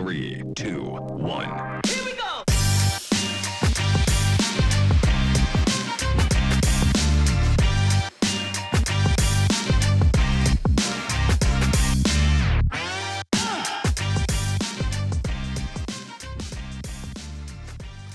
Three, two, one.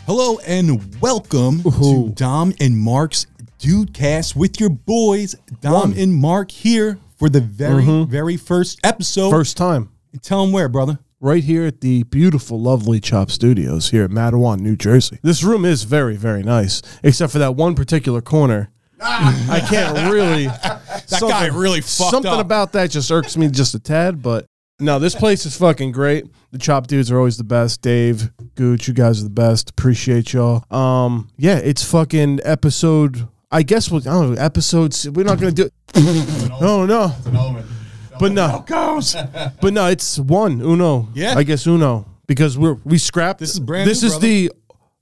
Hello and welcome to Ooh. Dom and Mark's Dudecast with your boys, Dom and Mark, here for the very, very first episode. Mm-hmm. First time. Tell them where, brother. Right here at the beautiful, lovely Chop Studios here at Mattawan, New Jersey. This room is very, very nice, except for that one particular corner. I can't really. that Ah. guy really fucked Something up. about that just irks me just a tad, but no, this place is fucking great. The Chop dudes are always the best. Dave, Gooch, you guys are the best. Appreciate y'all. Um, yeah, it's fucking episode. I guess we'll, I don't know, episodes. We're not gonna do. Oh no, but no. Goes. But no, it's one Uno. Oh, Yeah. I guess Uno because we're we scrapped. This is brand This new, is brother. the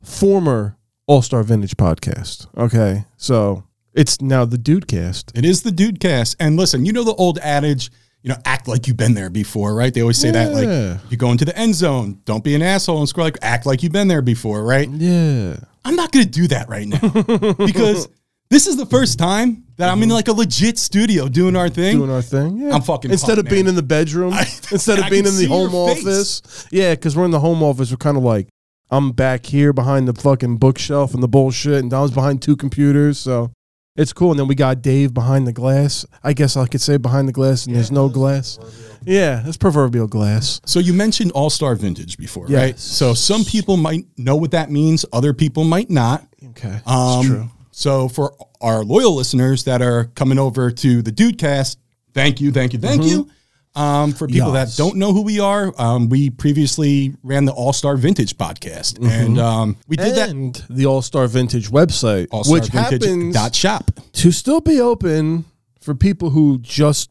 former All Star Vintage podcast. Okay, so it's now the Dude Cast. It is the Dudecast. And listen, you know the old adage, you know, act like you've been there before, right? They always say that, Yeah. like, you go into the end zone, don't be an asshole and score like, act like you've been there before, right? Yeah, I'm not going to do that right now because this is the first time that I'm in like a legit studio doing our thing. doing our thing. Yeah, I'm fucking instead pumped, of being man. in the bedroom, instead I of being can in see the home your face. office. Yeah, because we're in the home office. We're kind of like. I'm back here behind the fucking bookshelf and the bullshit, and Dom's behind two computers, so it's cool. And then we got Dave behind the glass. I guess I could say behind the glass, and there's no glass. Yeah, it's proverbial glass. So you mentioned All Star Vintage before, right? Yes. So some people might know what that means, other people might not. Okay, Um, that's true. So for our loyal listeners that are coming over to the Dudecast, thank you, thank you, thank you. Um, for people Mm-hmm. Yes. that don't know who we are, um, we previously ran the All Star Vintage podcast, and um, we did that. Mm-hmm. And the All Star Vintage website, All Star which Vintage happens dot shop. to still be open for people who just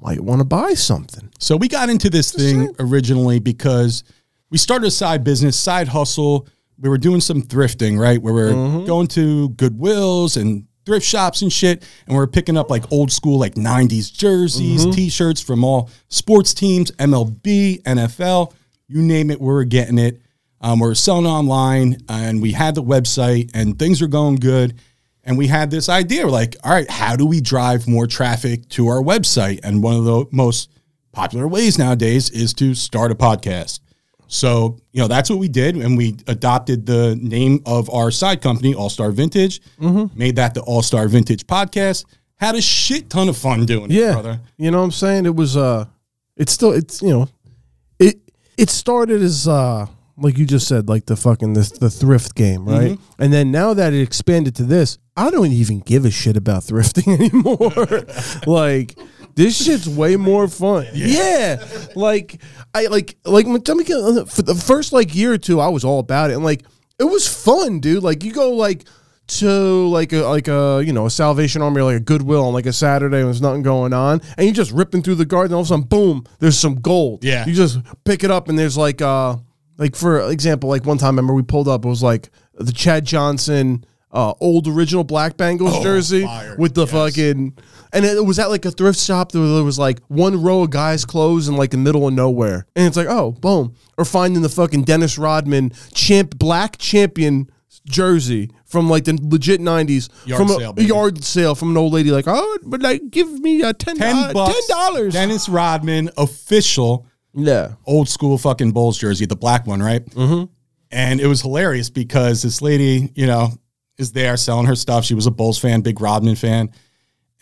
might want to buy something. So we got into this thing originally because we started a side business, side hustle. We were doing some thrifting, right? Where we're going to Goodwills and thrift shops and shit, and we're picking up like old school, like '90s jerseys, t-shirts from all sports teams, MLB, NFL, you name it, we we're getting it. Um, we we're selling online, and we had the website, and things are going good. And we had this idea, we're like, all right, how do we drive more traffic to our website? And one of the most popular ways nowadays is to start a podcast. So, you know, that's what we did. And we adopted the name of our side company, All Star Vintage, Mm-hmm. made that the All Star Vintage podcast. Had a shit ton of fun doing it, Yeah, brother. you know what I'm saying. It was uh, it's still it's you know, it it started as uh, like you just said, like the fucking the, the thrift game, right? And then now that it expanded to this, I don't even give a shit about thrifting anymore. like this shit's way more fun. Yeah. Like I like like when- tell me uh, for the first like year or two, I was all about it, and like it was fun, dude. Like you go like to like a like a you know a Salvation Army or like a Goodwill on like a Saturday when there's nothing going on, and you just ripping through the garden, all of a sudden, boom, there's some gold. Yeah. you just pick it up, and there's like uh like for example, like one time, remember we pulled up, it was like the Chad Johnson. Uh, old original black Bengals jersey Oh, fire. with the fucking and it was at like a thrift shop that there was like one row of guys' clothes in like the middle of nowhere. And it's like, oh, boom. Or finding the fucking Dennis Rodman champ black champion jersey from like the legit nineties Yard from sale, a baby. yard sale from an old lady like, oh, but like give me a Uh, ten Ten bucks. dollars. Dennis Rodman, official Yeah. old school fucking Bulls jersey, the black one, right? Mm-hmm. And it was hilarious because this lady, you know, is there selling her stuff. She was a Bulls fan, big Rodman fan.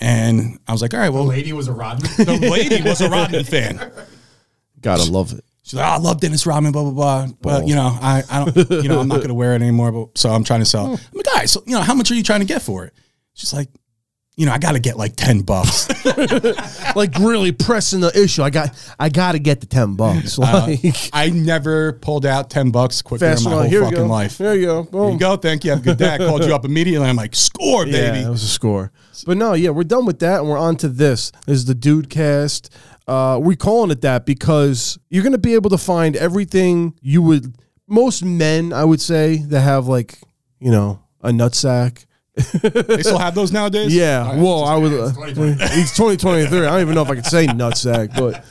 And I was like, all right, well, lady was a Rodman. the lady was a Rodman fan. Gotta love it. She's like, oh, I love Dennis Rodman, blah blah blah. Oh. But you know, I, I don't, you know, I'm not going to wear it anymore. But so I'm trying to Hmm. sell. it. I'm like, guys, so you know, how much are you trying to get for it? She's like, you know, I got to get like ten bucks. like really pressing the issue. I got I gotta get the ten bucks. Like I never pulled out ten bucks quicker Uh, in fast my whole one. Here we fucking go. life. There you go. Here Boom. you go, thank you, have a good day. I called you up immediately. I'm like, score, baby. Yeah, that was a score. But no, yeah, we're done with that, and we're on to this. This is the Dude Cast. Uh, we're calling it that because you're going to be able to find everything you would. Most men, I would say, that have like you know a nutsack. They still have those nowadays. Yeah, well, I was. Uh, it's 2023. I don't even know if I could say nutsack, but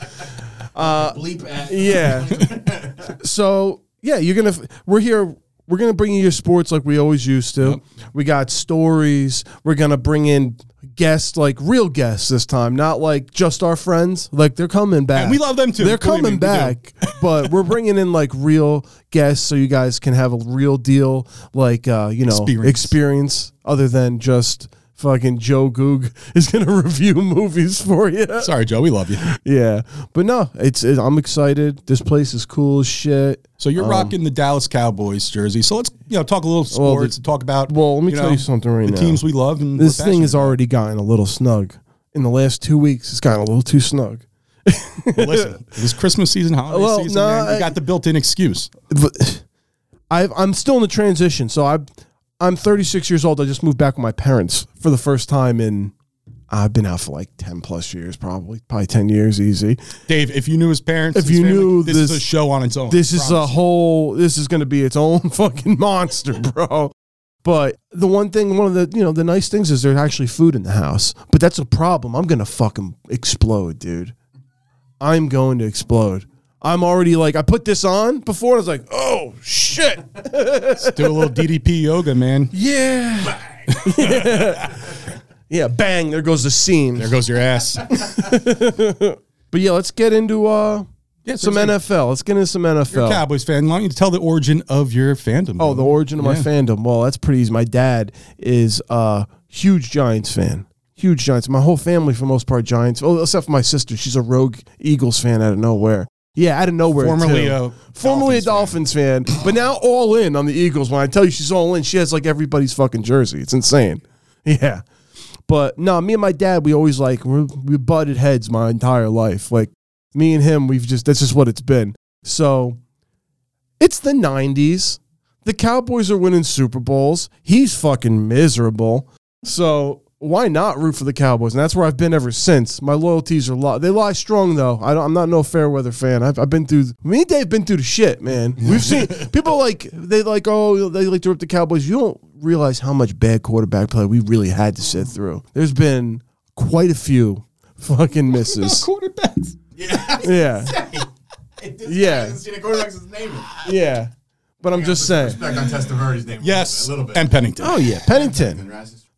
bleep at. Yeah. so yeah, you're gonna. f- We're here. We're gonna bring you your sports like we always used to. We got stories. We're gonna bring in guests, like real guests this time, not like just our friends. Like they're coming back. And we love them too, They're believe me, coming we do. back, but we're bringing in like real guests, so you guys can have a real deal, like uh, you know, Experience. experience other than just. Fucking Joe Goog is gonna review movies for you. Sorry, Joe, we love you. Yeah, but no, it's it, I'm excited. This place is cool as shit. So you're rocking the Dallas Cowboys jersey. So let's you know talk a little Um, Well, sports and talk about. Well, let me tell know, you something right the now. teams we love and This we're thing has passionate already gotten a little snug. In the last two weeks, it's gotten a little too snug. about. Listen, it was Christmas season, holiday Well, season. no, man. You I- got the built-in excuse. But I've, I'm still in the transition, so I, I'm 36 years old. I just moved back with my parents for the first time in. I've been out for like 10 plus years, probably probably 10 years, easy. Dave, if you knew his parents, If his you family, knew this, is a this- show on its own. This I is a promise. whole. This is going to be its own fucking monster, bro. But the one thing, one of the you know the nice things is there's actually food in the house. But that's a problem. I'm gonna fucking explode, dude. I'm going to explode. I'm already like I put this on before. and I was like, oh shit, do a little DDP yoga, man. yeah, yeah, bang. There goes the seam. There goes your ass. But yeah, let's get into uh Yeah, so some it's- NFL. Let's get into some NFL. Cowboys fan. Why don't you tell the origin of your fandom? Oh, the origin of my Yeah. fandom. Well, that's pretty easy. My dad is a huge Giants fan. Huge Giants. My whole family, for the most part, Giants. Oh, except for my sister. She's a rogue Eagles fan out of nowhere. Yeah, out of nowhere. Formerly too. a formerly a Dolphins fan, but now all in on the Eagles. When I tell you she's all in, she has like everybody's fucking jersey. It's insane. Yeah. But no, me and my dad, we always like we we butted heads my entire life. Like me and him, we've just that's just what it's been. So it's the '90s. The Cowboys are winning Super Bowls. He's fucking miserable. So why not root for the Cowboys? And that's where I've been ever since. My loyalties are li- they lie strong though. I don't, I'm not no fair weather fan. I've, I've been through. Me and Dave been through the shit, man. We've seen people like they like oh they like to rip the Cowboys. You don't realize how much bad quarterback play we really had to sit through. There's been quite a few fucking misses. quarterbacks. Yeah, Yeah. yeah. The quarterback's his name. is- yeah. But I'm just saying. Respect on Testaverde's name. a little bit, Yes, a little bit. and Pennington. Oh yeah, Pennington.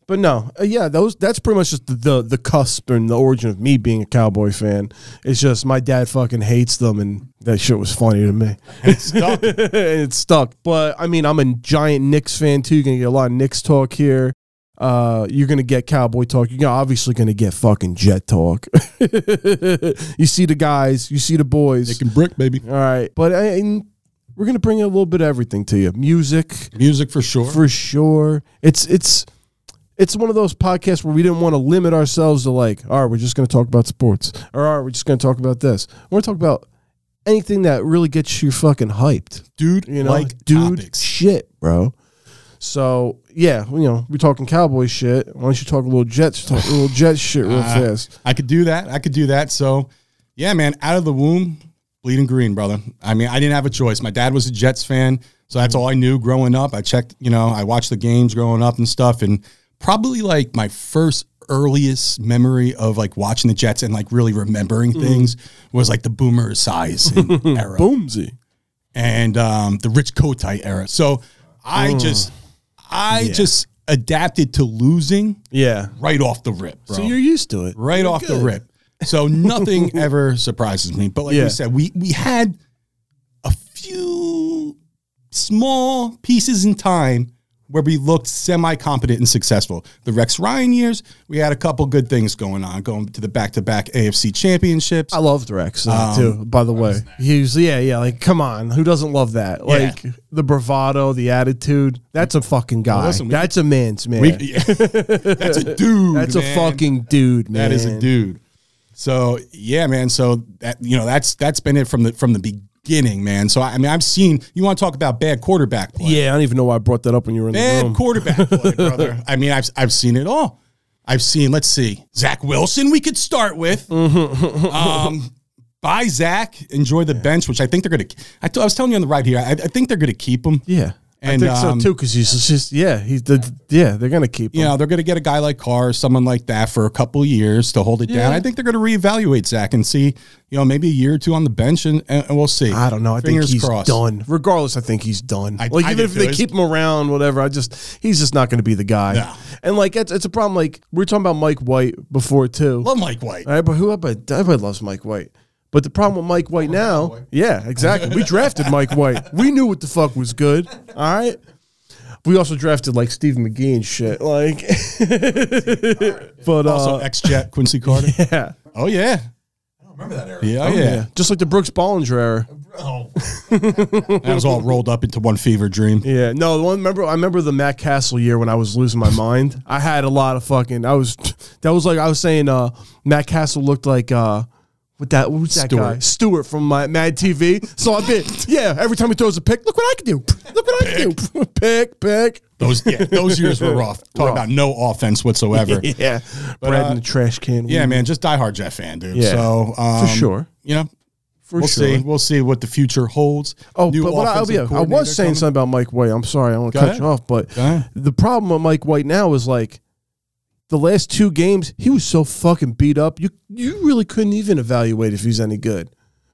But no, uh, yeah, those that's pretty much just the, the the cusp and the origin of me being a cowboy fan. It's just my dad fucking hates them, and that shit was funny to me. Stop. and it stuck. But I mean, I'm a giant Knicks fan too. You're gonna get a lot of Knicks talk here. Uh, you're gonna get cowboy talk. You're obviously gonna get fucking jet talk. you see the guys, you see the boys. Making brick, baby. All right, but I, and we're gonna bring a little bit of everything to you. Music, Music for sure. for sure. It's it's it's one of those podcasts where we didn't want to limit ourselves to like, all right, we're just going to talk about sports, or all right, we're just going to talk about this. We're going to talk about anything that really gets you fucking hyped, dude, you know, like dude, topics. shit, bro. So yeah, you know, we're talking cowboy shit. Why don't you talk a little Jets, talk a little Jets shit Ah, real fast? I could do that. I could do that. So, yeah, man, out of the womb, bleeding green, brother. I mean, I didn't have a choice. My dad was a Jets fan, so that's all I knew growing up. I checked, you know, I watched the games growing up and stuff, and probably like my first earliest memory of like watching the Jets and like really remembering Mm-hmm. things was like the Boomer size era Boomsy. and um, the Rich Kotite era. So I Mm. just, I just adapted to losing Yeah. right off the rip, bro So you're used to it, right off the good. rip. So nothing ever surprises me. But like Yeah. we said, we we had a few small pieces in time where we looked semi-competent and successful. The Rex Ryan years, we had a couple good things going on, going to the back-to-back AFC championships. I loved Rex uh, too. By the way, he was yeah, yeah. Like, come on, who doesn't love that? Like the bravado, the attitude. That's a fucking guy. listen, we- that's a man's man. We- yeah. That's a dude. that's man. a fucking dude, man. That is a dude. So yeah, man. So that you know that's that's been it from the from the beginning, man. So I, I mean, I've seen you want to talk about bad quarterback play. Yeah, I don't even know why I brought that up when you were in the bad room. quarterback play, brother. I mean, I've I've seen it all. I've seen. Let's see, Zach Wilson. We could start with. um, buy Zach, enjoy the bench, which I think they're gonna. I, t- I was telling you on the ride here. I, I think they're gonna keep him. yeah, And I think um, so too, because he's just yeah, he's the yeah. They're gonna keep him. you know, they're going to get a guy like Carr, someone like that for a couple of years to hold it down. I think they're going to reevaluate Zach and see, you know, maybe a year or two on the bench and, and and we'll see. I don't know. I Fingers think he's crossed. done. Regardless, I think he's done. I- like I even do if too. they It's- keep him around, whatever. I just he's just not going to be the guy. No. And like it's, it's a problem. Like we were talking about Mike White before too. Love Mike White. All right, but who everybody, everybody loves Mike White. But the problem with Oh, Mike White now, yeah, exactly. We drafted Mike White. We knew what the fuck was good. All right. We also drafted like Steve McGee and shit. Like, but uh, Also, ex Jet Quincy Carter. yeah, Oh, yeah. I don't remember that era. Yeah, Oh, yeah. just like the Brooks Bollinger era. Oh, That was all rolled up into one fever dream. Yeah, no, the one remember I remember the Matt Castle year when I was losing my mind. I had a lot of fucking I was that was like I was saying uh Matt Castle looked like uh what that what was that Stewart. guy? Stewart from my Mad TV. So I bit yeah, every time he throws a pick, look what I can do. Look what I can do. pick, pick. Those yeah, those years were rough. Talk Rough. about no offense whatsoever. Yeah. Bread uh, in the trash can. yeah, man, just diehard Jet fan, dude. Yeah. So um, For sure. you know, For we'll see. We'll see what the future holds. Oh, New but what I, offensive yeah, I coordinator was saying coming. something about Mike White. I'm sorry, I want to Go cut ahead. you off, but Go ahead. the problem with Mike White now is like the last two games he was so fucking beat up. You you really couldn't even evaluate if he's any good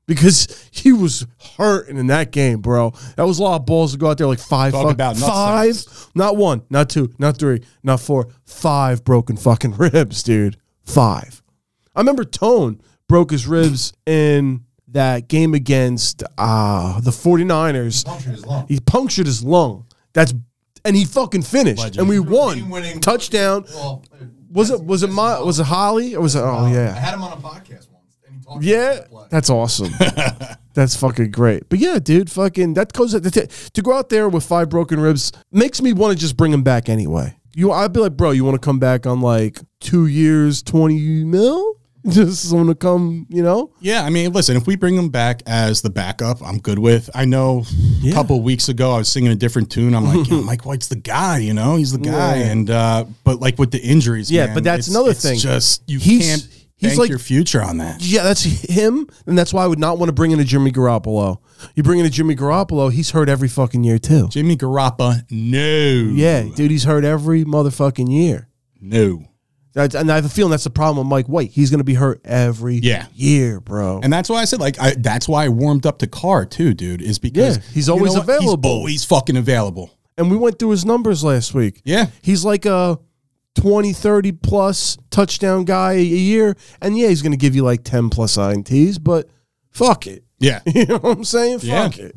because he was hurting in that game, bro. That was a lot of balls to go out there like five, Talk fuck- about nut five, not one, not two, not three, not four, five broken fucking ribs, dude. Five. I remember Tone broke his ribs in that game against uh, the 49ers. punctured his lung. He punctured his lung. That's and he fucking finished, and we won. Game-winning- Touchdown. Well, Uh, Was it was it my, was it Holly or was it? Oh I yeah, had him on a podcast once, and he talked. yeah. About that play. That's awesome. That's fucking great. But yeah, dude, fucking that goes that's it. to go out there with five broken ribs makes me want to just bring him back anyway. You, I'd be like, bro, you want to come back on like two years, twenty mil? Just want to come, you know? Yeah, I mean, listen, if we bring him back as the backup, I'm good with. I know a couple weeks ago I was singing a different tune. I'm like, you know, Mike White's the guy, you know, he's the guy. And uh but like with the injuries, Yeah, man, but that's it's- another it's thing. Just you He's- can't he's bank like- your future on that. Yeah, that's him, and that's why I would not want to bring in a Jimmy Garoppolo. You bring in a Jimmy Garoppolo, he's hurt every fucking year too. Jimmy Garoppolo, no, Yeah, dude, he's hurt every motherfucking year. no. That's, and I have a feeling that's the problem with Mike White. He's going to be hurt every Yeah. year, bro. And that's why I said, like, I, that's why I warmed up to Carr too, dude. Is because Yeah, he's you know always what? available. He's always fucking available. and we went through his numbers last week. Yeah. He's like a 20, 30 plus touchdown guy a year. And yeah, he's going to give you like 10 plus INTs, but fuck it. Yeah, You know what I'm saying? Yeah. Fuck it.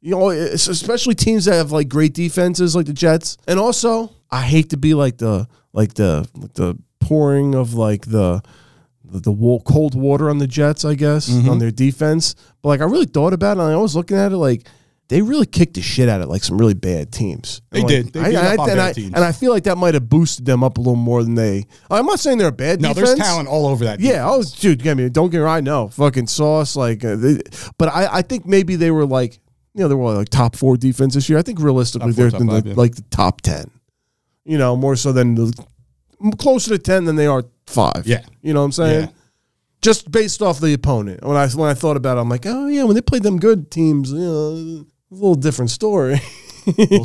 You know, it's especially teams that have like great defenses, like the Jets. And also, I hate to be like the like the like the pouring of like the the, the wa- cold water on the Jets, I guess, Mm-hmm. on their defense. But like, I really thought about it, and I was looking at it like they really kicked the shit out of like some really bad teams. They And, like, did. They beat up on and, bad I, teams. and I feel like that might have boosted them up a little more than they. I'm not saying they're a bad. no, defense. there's talent all over that. Yeah, I was, dude. Get me. Don't get me. wrong, I know. Fucking sauce. Like, uh, they, but I, I think maybe they were like, you know, they were like top four defense this year. I think realistically, Top four, they're top in the, five, yeah. like the top ten. You know, more so than the, closer to ten than they are five. Yeah. you know what I'm saying. Yeah. Just based off the opponent. When I when I thought about it, I'm like, oh yeah, when they played them good teams, you know, a little different story. we'll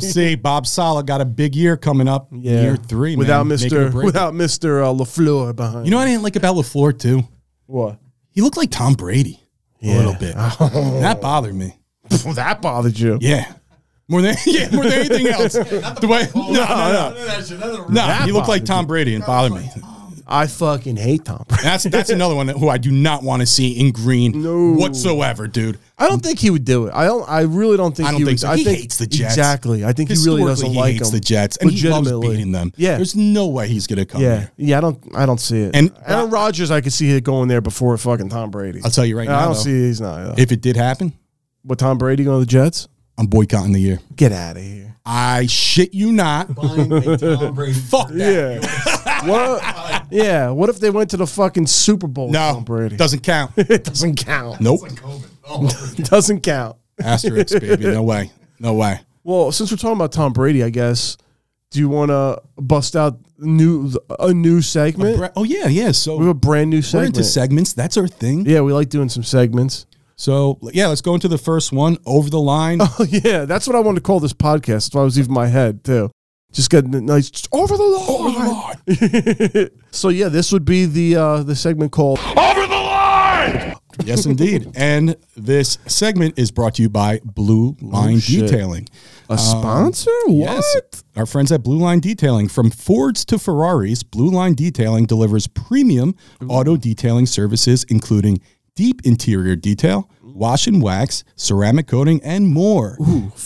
see. Bob Sala got a big year coming up. year three without man, making a Mister break. without Mister uh, Lafleur behind. You know what I didn't like about Lafleur too? what? He looked like Tom Brady a little bit. Oh. that bothered me. Well, that bothered you. Yeah, more than yeah, more than anything else. the way no, no, no, That's another. no. That he looked like bothered Tom Brady and bothered me. I fucking hate Tom. Brady. That's that's another one who I do not want to see in green No. whatsoever, dude. I don't think he would do it. I don't. I really don't think. I don't he think would, so. I He think, hates the Jets. Exactly. I think he really doesn't Historically, he like hates them. the Jets and he loves Legitimately. beating them. Yeah. there's no way he's gonna come yeah. here. Yeah. I don't. I don't see it. And- Aaron Rodgers, I could see it going there before fucking Tom Brady. I'll tell you right now, I don't though, see he's not. if it did happen, But Tom Brady going to the Jets? I'm boycotting the year. Get out of here. I shit you not. Buying a Tom Brady. Fuck that. Yeah. what? Yeah. What if they went to the fucking Super Bowl? with No, Tom Brady. doesn't count. it doesn't count. Nope. COVID. Oh, Doesn't count. Asterisk, baby. No way. No way. Well, since we're talking about Tom Brady, I guess. Do you want to bust out new a new segment? Bre- Oh yeah, yeah. So We have a brand new we're segment. into segments. That's our thing. yeah, we like doing some segments. So yeah, let's go into the first one. Over the line. Oh yeah, that's what I wanted to call this podcast. That's why I was even my head too. Just getting a nice just over the line. so yeah, this would be the uh, the segment called yes, indeed. And this segment is brought to you by Blue Line Oh, shit. Detailing. a sponsor. What? Our friends at Blue Line Detailing, from Fords to Ferraris, Blue Line Detailing delivers premium auto detailing services, including deep interior detail, wash and wax, ceramic coating, and more.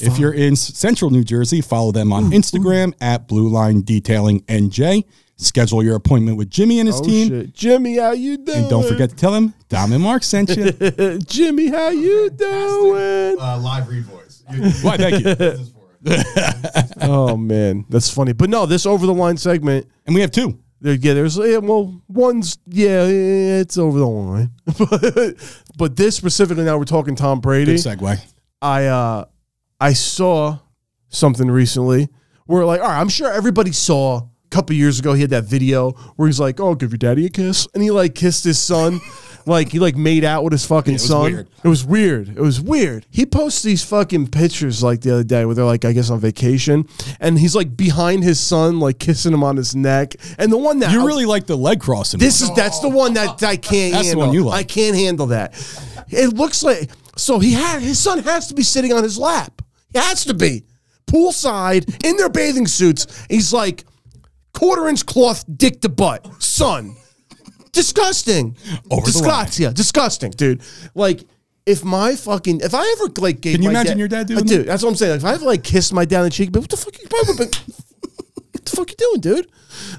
if you're in s- central New Jersey, follow them on Instagram at Blue Line Detailing NJ. Schedule your appointment with Jimmy and his Oh, team. shit. Jimmy, how you doing? And don't forget to tell him Dom and Mark sent you. Jimmy, how you doing? Uh, live read voice. You- you- Why, thank you. this is for it. oh man, that's funny. But no, this over the line segment. And we have two. There, yeah, there's yeah, well, one's yeah, yeah, it's over the line, but but this specifically now we're talking Tom Brady. Good segue. I uh I saw something recently where like all right, I'm sure everybody saw a couple years ago he had that video where he's like, "Oh, give your daddy a kiss." And he like kissed his son. like he like made out with his fucking was son. weird. It was weird. It was weird. He posts these fucking pictures like the other day where they're like I guess on vacation and he's like behind his son like kissing him on his neck. And the one that You really like the leg crossing. this is that's the one that I can't That's the handle. one you like. I can't handle that. It looks like so he had his son has to be sitting on his lap. He has to be poolside in their bathing suits. He's like quarter inch cloth dick to butt. Son. Disgusting. Over the line. Disgusting. Disgusting, dude. Like if my fucking if I ever like gave Can you my imagine dad- your dad doing Uh, that? dude? That's what I'm saying. Like, if I ever like kissed my dad on the cheek, but what the fuck? You, what the fuck you doing, dude?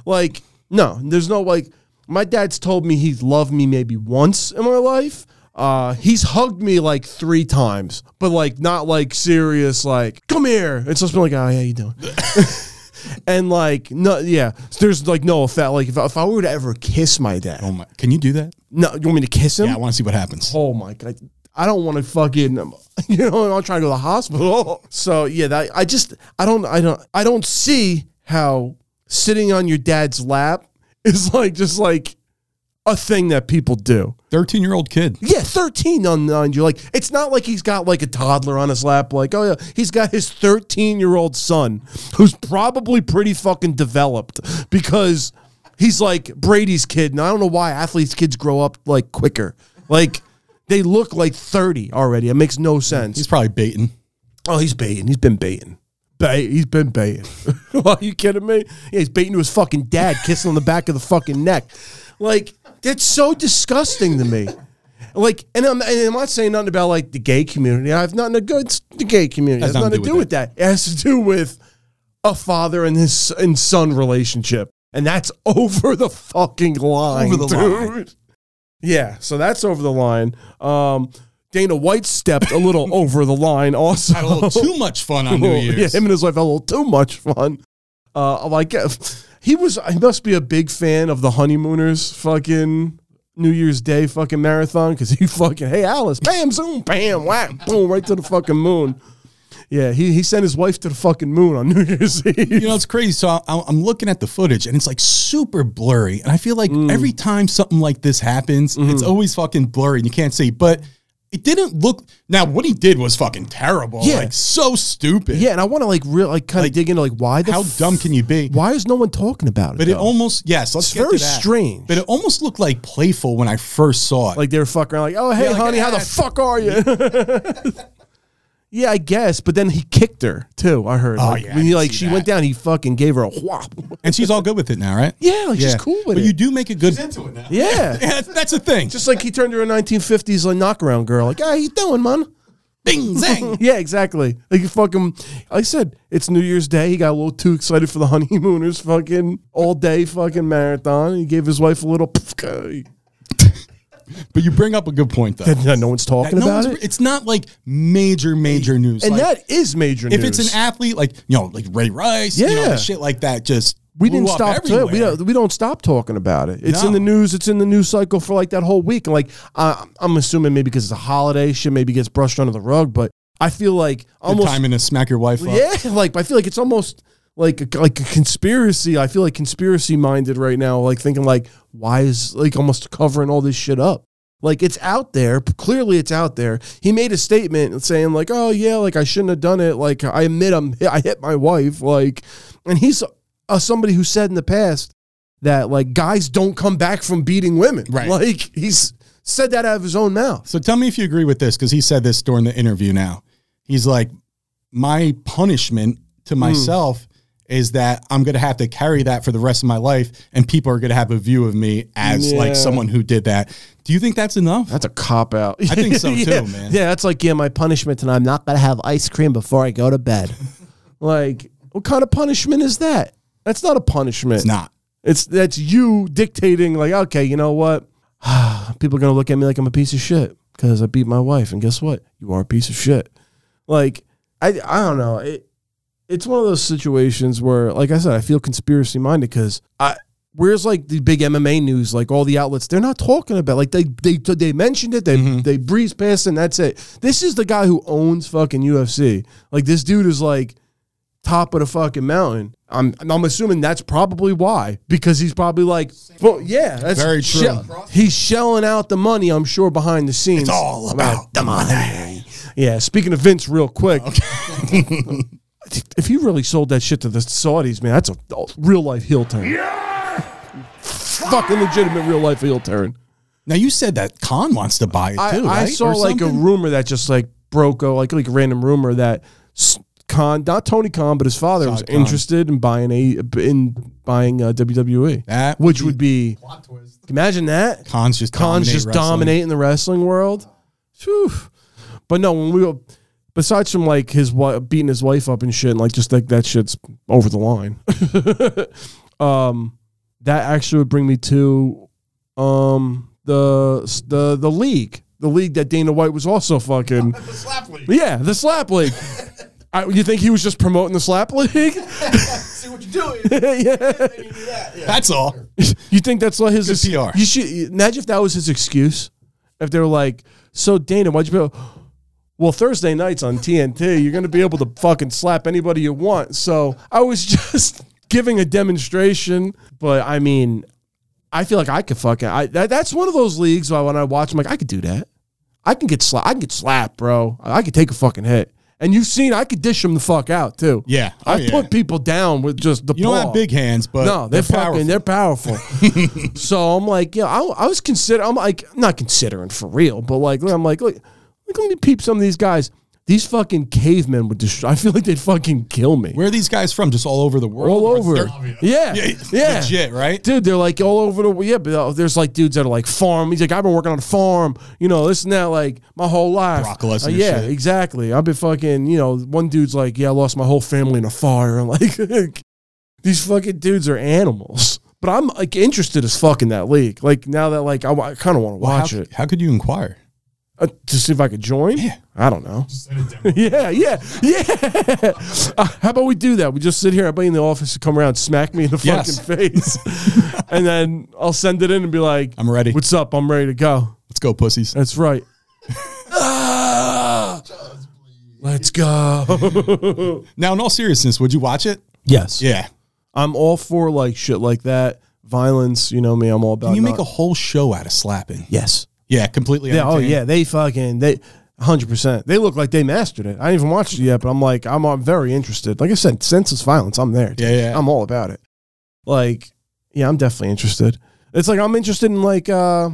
Like, no, there's no like. My dad's told me he's loved me maybe once in my life. Uh, he's hugged me like three times, but like not like serious. Like, come here. It's just been like, oh yeah, you doing? and like, no, yeah. there's like no effect. Like, if, if I were to ever kiss my dad, Oh my, can you do that? no, you want me to kiss him? Yeah, I want to see what happens. oh my god i don't want to fucking you know i'll try to go to the hospital so yeah that i just i don't i don't i don't see how sitting on your dad's lap is like just like a thing that people do 13 year old kid. yeah 13 on on you like it's not like he's got like a toddler on his lap like oh yeah he's got his 13 year old son who's probably pretty fucking developed because he's like brady's kid and i don't know why athletes kids grow up like quicker like they look like 30 already it makes no sense He's probably baiting. Oh, he's baiting. He's been baiting. Bait. He's been baiting. Are you kidding me? Yeah, he's baiting to his fucking dad, kissing on the back of the fucking neck. Like that's so disgusting to me. Like, and I'm, and I'm not saying nothing about like the gay community. I have nothing against the gay community. It has nothing to do with that. It has to do with a father and his and son relationship, and that's over the fucking line. Over the dude. line. Yeah, so that's over the line. Um, Dana White stepped a little over the line. Also, Had a little too much fun on New Well, Year's. Oh, Yeah, him and his wife had a little too much fun. Uh, I'm like he was, he must be a big fan of the honeymooners fucking New Year's Day fucking marathon because he fucking hey Alice, bam, zoom, bam, wham, boom, right to the fucking moon. Yeah, he he sent his wife to the fucking moon on New Year's Eve. you know, it's crazy. So I- I'm looking at the footage and it's like super blurry. And I feel like every time something like this happens, it's always fucking blurry and you can't see. But it didn't look. Now, what he did was fucking terrible. Yeah. Like, so stupid. yeah, and I want to like real like kind of dig into like why the How f- dumb can you be? why is no one talking about it? But it though? almost, yes, let's It's get to very that. strange. But it almost looked like playful when I first saw it. Like they were fucking around, like, oh hey like, honey, how the "Ah." fuck are you? yeah, I guess. But then he kicked her too. I heard. Oh like, yeah, I When he, can like see she that. went down, he fucking gave her a whop. and she's all good with it now, right? Yeah, like she's cool with but it. you do make a good. He's into it now. yeah. Yeah, that's a thing. Just Just like he turned her a 1950s like knockaround girl. Like, ah, you doing, man? bing, zang. Yeah, exactly. Like you fucking, like I said, it's New Year's Day. He got a little too excited for the honeymooners fucking all day fucking marathon. He gave his wife a little. But you bring up a good point, though. Yeah, no one's talking No about one's- it. It's not like major, major news. and like, that is major if news. it's an athlete, like you know, like Ray Rice, you know, Yeah. the shit like that, just we blew didn't up stop. To, we everywhere. don't. We don't stop talking about it. It's No. in the news. It's in the news cycle for like that whole week. And like I I'm assuming maybe because it's a holiday, shit maybe gets brushed under the rug. But I feel like the almost time and to smack your wife up. yeah. Like I feel like it's almost like a, like a conspiracy. I feel like conspiracy minded right now. Like thinking like why is like almost covering all this shit up. Like it's out there. P- Clearly, it's out there. He made a statement saying like, "Oh yeah, like I shouldn't have done it. Like I admit I'm I hit my wife. Like," and he's uh, somebody who said in the past that like guys don't come back from beating women. Right. Like he's said that out of his own mouth. So tell me if you agree with this, because he said this during the interview now. He's like, my punishment Hmm. to myself is that I'm going to have to carry that for the rest of my life, and people are going to have a view of me as Yeah. like someone who did that. Do you think that's enough? That's a cop out. I think so, too, yeah. man. Yeah, that's like yeah, my punishment tonight. I'm not gonna have ice cream before I go to bed. like, what kind of punishment is that? That's not a punishment. It's not. It's that's you dictating like, okay, you know what? People are gonna look at me like I'm a piece of shit because I beat my wife, and guess what? You are a piece of shit. Like, I I don't know. It it's one of those situations where, like I said, I feel conspiracy minded because I. Where's like the big MMA news? Like all the outlets, they're not talking about. Like they they they mentioned it, they Mm-hmm. they breezed past, it and that's it. This is the guy who owns fucking UFC. Like this dude is like top of the fucking mountain. I'm I'm assuming that's probably why because he's probably like, well, yeah, that's Very true. he's shelling out the money. I'm sure behind the scenes. It's all about the money. Yeah. Speaking of Vince, real quick. If he really sold that shit to the Saudis, man, that's a real life heel turn. Fucking legitimate real life heel turn. Now you said that Khan wants to buy it too. I, I right? saw Or like a something? rumor that just like broke, oh, like like a random rumor that S- Khan, not Tony Khan, but his father was Khan. interested in buying a in buying uh, WWE, That which would would be imagine that Khan's just Khan's dominate just wrestling. dominating the wrestling world. Phew. But no, when we go, besides from like his wi- beating his wife up and shit, and like just like that shit's over the line. um, that actually would bring me to um the the the league, the league that Dana White was also fucking. Slap league. Yeah, the slap league. I, you think he was just promoting the slap league? See what you're doing. yeah. You do that. Yeah. That's all. You think that's what his Good ex- PR. You should imagine if that was his excuse. If they were like, "So Dana, why'd you be?" Well, Thursday nights on TNT, you're gonna be able to fucking slap anybody you want. So I was just giving a demonstration, but I mean, I feel like I could fucking. I that, that's one of those leagues where when I watch, I'm like, I could do that. I can get slapped. I can get slapped, bro. I I could take a fucking hit. And you've seen I could dish them the fuck out too. Yeah. I Oh, yeah. put people down with just the You don't paw have big hands, but no, they're, fucking. powerful. They're powerful. so I'm like, yeah, I, I was consider. I'm like, not considering for real, but like, I'm like, look, look, let me peep some of these guys. These fucking cavemen would destroy. I feel like they'd fucking kill me. Where are these guys from? Just all over the world. all Or over. they're- Yeah, yeah, Legit, right? Dude, they're like all over the yeah. But uh, there's like dudes that are like farm. He's like, I've been working on a farm, you know, this and that, like my whole life. Brock Lesnar Uh, yeah, shit. exactly. I've been fucking, you know, one dude's like, yeah, I lost my whole family in a fire. I'm like, these fucking dudes are animals. But I'm like interested as fuck in that league. Like now that like I, kind of want to Well, watch how, it How could you inquire? uh, to see if I could join. Yeah. I don't know. Send it down. Yeah, yeah, yeah. Uh, how about we do that? We just sit here. Everybody in the office will come around, smack me in the Yes. fucking face, and then I'll send it in and be like, I'm ready. What's up? I'm ready to go." Let's go, pussies. That's right. Ah, let's go. Now, in all seriousness, would you watch it? yes. Yeah. I'm all for like shit like that. Violence, you know me. I'm all about. Can you make not- a whole show out of slapping? yes? Yeah, completely. Yeah. Oh entertaining. yeah. They fucking they. Hundred percent. They look like they mastered it. I didn't even watch it yet, but I'm like, I'm, uh very interested. Like I said, senseless violence. I'm there. dude. Yeah, yeah. I'm all about it. Like, yeah, I'm definitely interested. It's like I'm interested in like uh,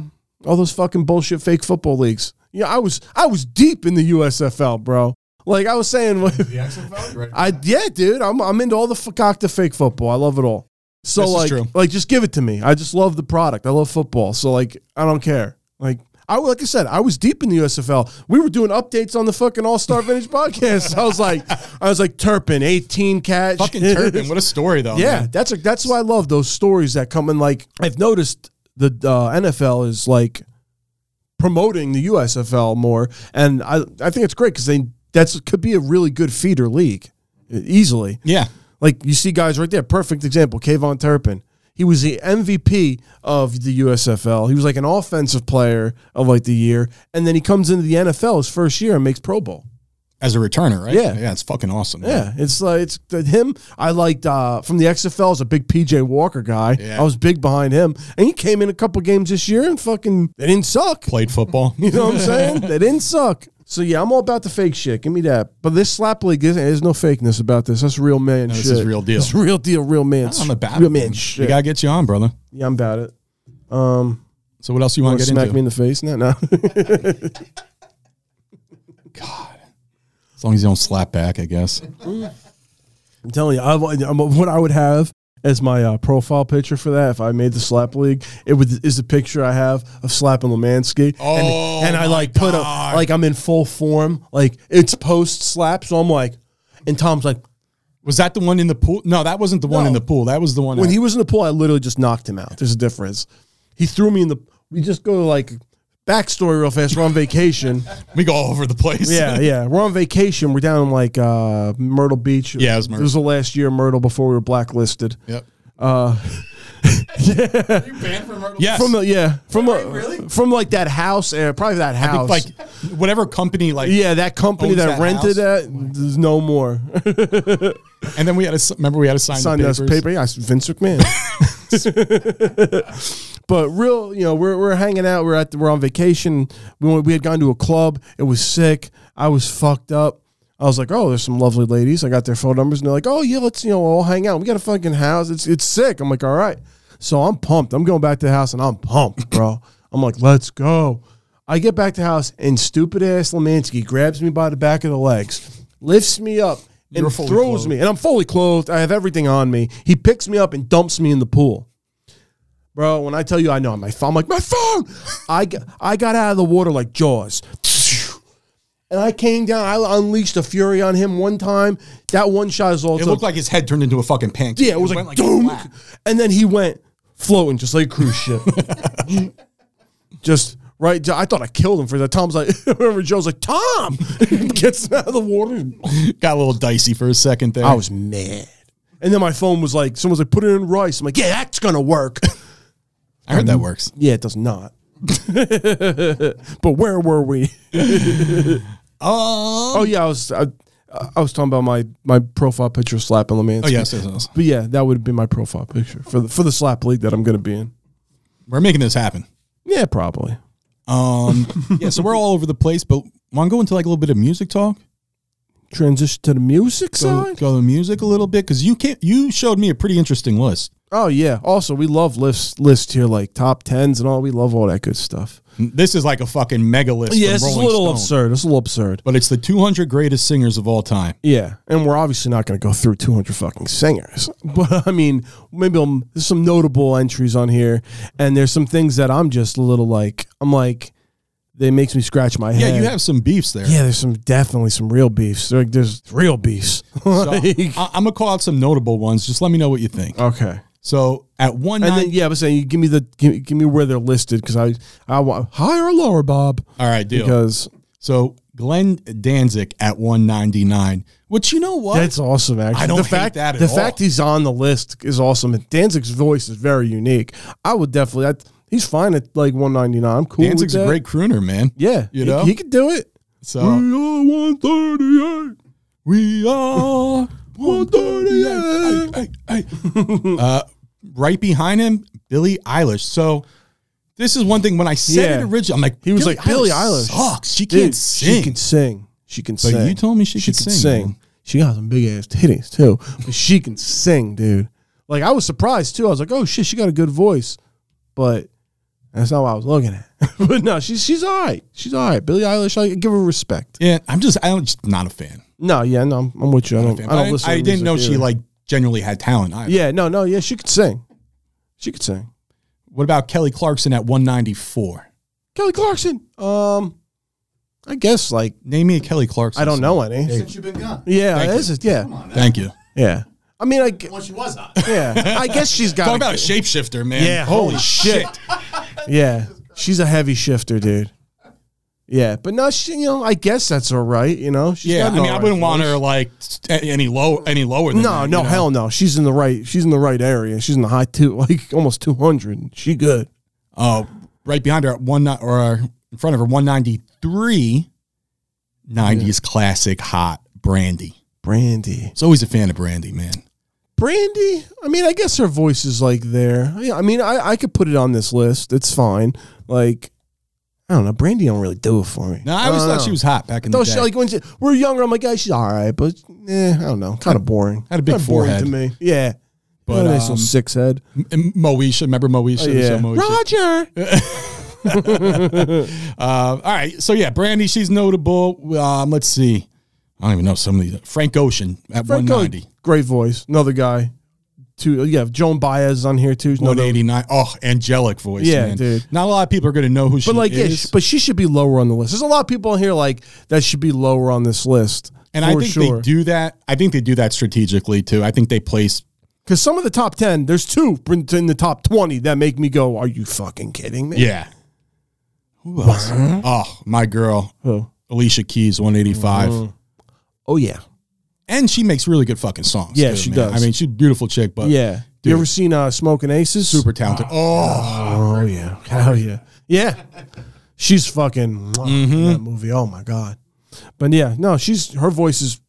all those fucking bullshit fake football leagues. Yeah, I was I was deep in the USFL, bro. Like I was saying, The XFL, right? I yeah, dude, I'm I'm into all the fakakta fake football. I love it all. So This is like true. like just give it to me. I just love the product. I love football. So like I don't care. Like I like I said, I was deep in the USFL. We were doing updates on the fucking All Star Vintage podcast. I was like, I was like Turpin, eighteen catch, Fucking Turpin. What a story, though. yeah, man. that's a, that's why I love those stories that come in. Like I've noticed the uh, NFL is like promoting the USFL more, and I I think it's great because they that's could be a really good feeder league e- easily. Yeah. Like you see guys right there, perfect example, Kayvon Turpin. He was the MVP of the USFL. He was like an offensive player of like the year, and then he comes into the NFL his first year and makes Pro Bowl. as a returner, right? Yeah. yeah, it's fucking awesome. Yeah, it's like it's that him. I liked uh, from the XFL is a big PJ Walker guy. Yeah. I was big behind him, and he came in a couple games this year and fucking they didn't suck. played football. You know what I'm saying? They didn't suck. So yeah, I'm all about the fake shit. Give me that. But this slap league is there's no fakeness about this. That's real man this shit. is real deal. It's real deal, real man. I'm about real it. man We shit. gotta get you on, brother. yeah, I'm about it. Um, So what else you want wanna to get smack into? me in the face? No, no. God, as long as you don't slap back, I guess. I'm telling you, I, am what I would have as my uh, profile picture for that if I made the slap league, it would is a picture I have of slapping Lemansky. Oh, and, and I my like put God. a like I'm in full form, like it's post slap, so I'm like, and Tom's like, Was that the one in the pool? No, that wasn't the one No. in the pool. That was the one. when at- he was in the pool, I literally just knocked him out. There's a difference. He threw me in the. We just go to like backstory real fast. We're on vacation. we go all over the place. yeah, yeah. We're on vacation. We're down in like uh, Myrtle Beach. Yeah, it was Myrtle. It was the last year of Myrtle before we were blacklisted. Yep. Uh, You banned from Myrtle Yes. From the yeah, from a, really? from like that house, uh, probably that house. like whatever company, like yeah, that company Owns that, that rented that, there's no more. And then we had to remember we had to sign, Signed the us papers. paper. Yeah, it's Vince McMahon. but real, you know, we're, we're hanging out. We're at we're on vacation. We went, we had gone to a club. It was sick. I was fucked up. I was like, oh, there's some lovely ladies. I got their phone numbers, and they're like, oh yeah, let's you know all hang out. We got a fucking house. It's it's sick. I'm like, all right. So I'm pumped. I'm going back to the house, and I'm pumped, bro. I'm like, let's go. I get back to the house, and stupid ass Lemansky grabs me by the back of the legs, lifts me up, were and fully throws clothed. me. And I'm fully clothed. I have everything on me. He picks me up and dumps me in the pool. Bro, when I tell you I know my phone, I'm like, my phone! I, g- I got out of the water like Jaws. And I came down. I unleashed a fury on him one time. That one shot is all It looked like his head turned into a fucking pancake. yeah, it was like, went dunk. flat. and then he went floating just like a cruise ship. just right. I thought I killed him for that. Tom's like, I remember Joe's like, Tom gets out of the water. got a little dicey for a second there. I was mad. And then my phone was like, someone's like, put it in rice. I'm like, yeah, that's gonna work. I heard that works. yeah, it does not. but where were we? Oh, Oh yeah, I was I, I was talking about my my profile picture slapping the man. oh yes, yes, yes. But yeah, that would be my profile picture for the for the slap league that I'm gonna be in. We're making this happen. Yeah, probably. Um, yeah, so we're all over the place, but want to go into like a little bit of music talk? Transition to the music Go, side. go to music a little bit because you can't. You showed me a pretty interesting list. Oh yeah. Also, we love lists list here, like top tens and all. We love all that good stuff. This is like a fucking mega list. Yeah, from it's a Rolling little Stone, absurd. It's a little absurd. but it's the 200 greatest singers of all time. Yeah, and we're obviously not going to go through 200 fucking singers, but I mean, maybe I'm, there's some notable entries on here, and there's some things that I'm just a little like, I'm like, they makes me scratch my Yeah, head. you have some beefs there. Yeah, there's some definitely some real beefs. Like, there's real beefs. So Like- I, I'm gonna call out some notable ones. Just let me know what you think. okay. So at one, And nine, then yeah, I was saying you give me the give, give me where they're listed because I I want higher or lower, Bob. all right, deal. Because So Glenn Danzig at 199, which you know what? that's awesome. Actually, I don't the hate fact that at the all. fact he's on the list is awesome. And Danzig's voice is very unique. I would definitely. I, he's fine at like one ninety nine. I'm cool. Danzig's with a that. great crooner, man. Yeah, You he- know? he, could do it. So we are one thirty eight. we are 138. Hey, hey, hey. uh, right behind him, Billie Eilish. So this is one thing when I said Yeah. it originally, I'm like, He was like, "Billie Eilish sucks. She Dude, can't sing. She can sing. She can but sing. you told me she, she could can sing. sing. She got some big ass titties too, but she can sing, dude. Like I was surprised too. I was like, oh shit, she got a good voice, but that's not what I was looking at. but no, she's she's all right. She's all right. Billie Eilish, I give her respect. Yeah, I'm just, I'm just not a fan. No, yeah, no, I'm, I'm with you. I don't, Fan. I I, don't listen. I to didn't music know she either. like genuinely had talent. Either. Yeah, no, no, yeah, she could sing. She could sing. What about Kelly Clarkson at 194? Kelly Clarkson. Um, I guess like Name me a Kelly Clarkson. I don't song. know any. since you've been gone. Yeah, Thank that's it. Yeah, Come on now. Thank you. yeah. I mean, I g- Well, she was hot. yeah. I guess she's got Talk a- about a shapeshifter, man. Yeah, holy shit. Yeah, she's a heavy shifter, dude. Yeah, but no, she, you know, I guess that's all right. You know, She's Yeah, got I an mean, all I right wouldn't want voice. her like st- any low, any lower. Than No, that, no, you know? hell no. She's in the right. She's in the right area. She's in the high two, like almost two hundred. She good. uh, Oh, right behind her at one ni- or in front of her, one ninety three. '90s classic hot brandy. Brandy. It's always a fan of brandy, man. Brandy. I mean, I guess her voice is like there. Yeah, I mean, I, I could put it on this list. It's fine. Like, I don't know. Brandy don't really do it for me. No, I always don't thought know. she was hot back in Though the she day. like when she, we're younger, I'm like, yeah, she's all right, but eh, I don't know, kind of boring. Had a big Kinda boring forehead. to me. Yeah, But, but a nice little um, six head. And Moesha, remember Moesha? They Oh, yeah, said Moesha. Roger. Uh, all right, so yeah, Brandy, she's notable. Um, let's see. I don't even know some of these. Frank Ocean at Frank Ocean, 190, great voice. Another guy. Two. uh, Yeah, Joan Baez is on here too. Another- 189. Oh, angelic voice. Yeah, man. dude. Not a lot of people are going to know who she But like, yeah, is. sh- but she should be lower on the list. There's a lot of people on here like that should be lower on this list. and for I think sure. they do that. I think they do that strategically too. I think they place. because some of the top ten, there's two in in the top twenty that make me go, "Are you fucking kidding me?" Yeah. Who else? Oh, my girl, Oh, Alicia Keys, 185. oh yeah, And she makes really good fucking songs. Yeah, too, she man. does. I mean, she's a beautiful chick, but yeah. Ah. Dude. You ever seen uh, Smoking Aces? super talented. Oh, Oh yeah, hell yeah, yeah. She's fucking mwah, Mm-hmm. in that movie. Oh my god. But yeah, no, she's her voice is.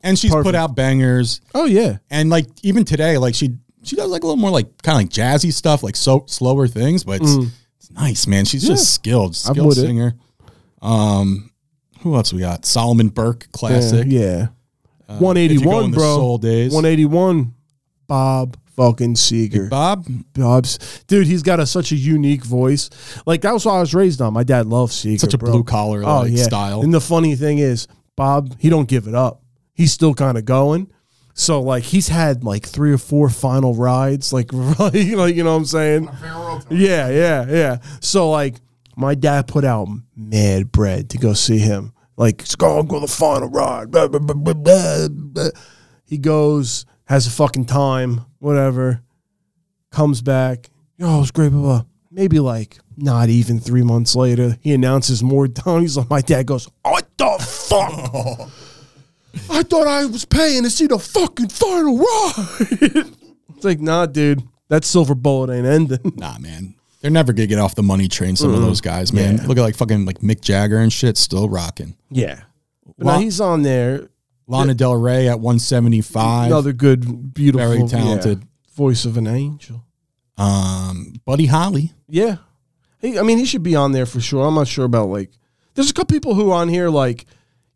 and she's put Perfect. out bangers. Oh yeah, and like even today, like she she does like a little more like kind of like jazzy stuff, like so slower things, but it's, it's nice, man. She's Mm. Yeah. just skilled, I'm skilled with it. singer. Um, who else we got? Solomon Burke, classic. Uh, yeah. One eighty If you go in one, the bro. soul days. One eighty one. Bob fucking Seeger. Bob, Bob's dude. He's got a, such a unique voice. Like that was what I was raised on. My dad loves Seeger. such a bro. blue collar oh, like, yeah. style. And the funny thing is, Bob, he don't give it up. He's still kind of going. So like he's had like three or four final rides, like like you know what I'm saying? Yeah, yeah, yeah. So like my dad put out mad bread to go see him. Like, it's going go the final ride. Blah, blah, blah, blah, blah, blah. He goes, has a fucking time, whatever. Comes back. Oh, it was great, blah, blah. Maybe like not even three months later, he announces more down. He's like, my dad goes, What the fuck? I thought I was paying to see the fucking final ride. it's like, nah, dude, that silver bullet ain't ending. nah, man. They're never gonna get off the money train. Some of those guys, man. Look at like fucking like Mick Jagger and shit, still rocking. Yeah. But Well- now he's on there. Lana Del Rey at one seventy five. Another good, beautiful, Very talented. yeah, voice of an angel. Um, Buddy Holly. Yeah, he, I mean, he should be on there for sure. I'm not sure about like. There's a couple people who are on here like,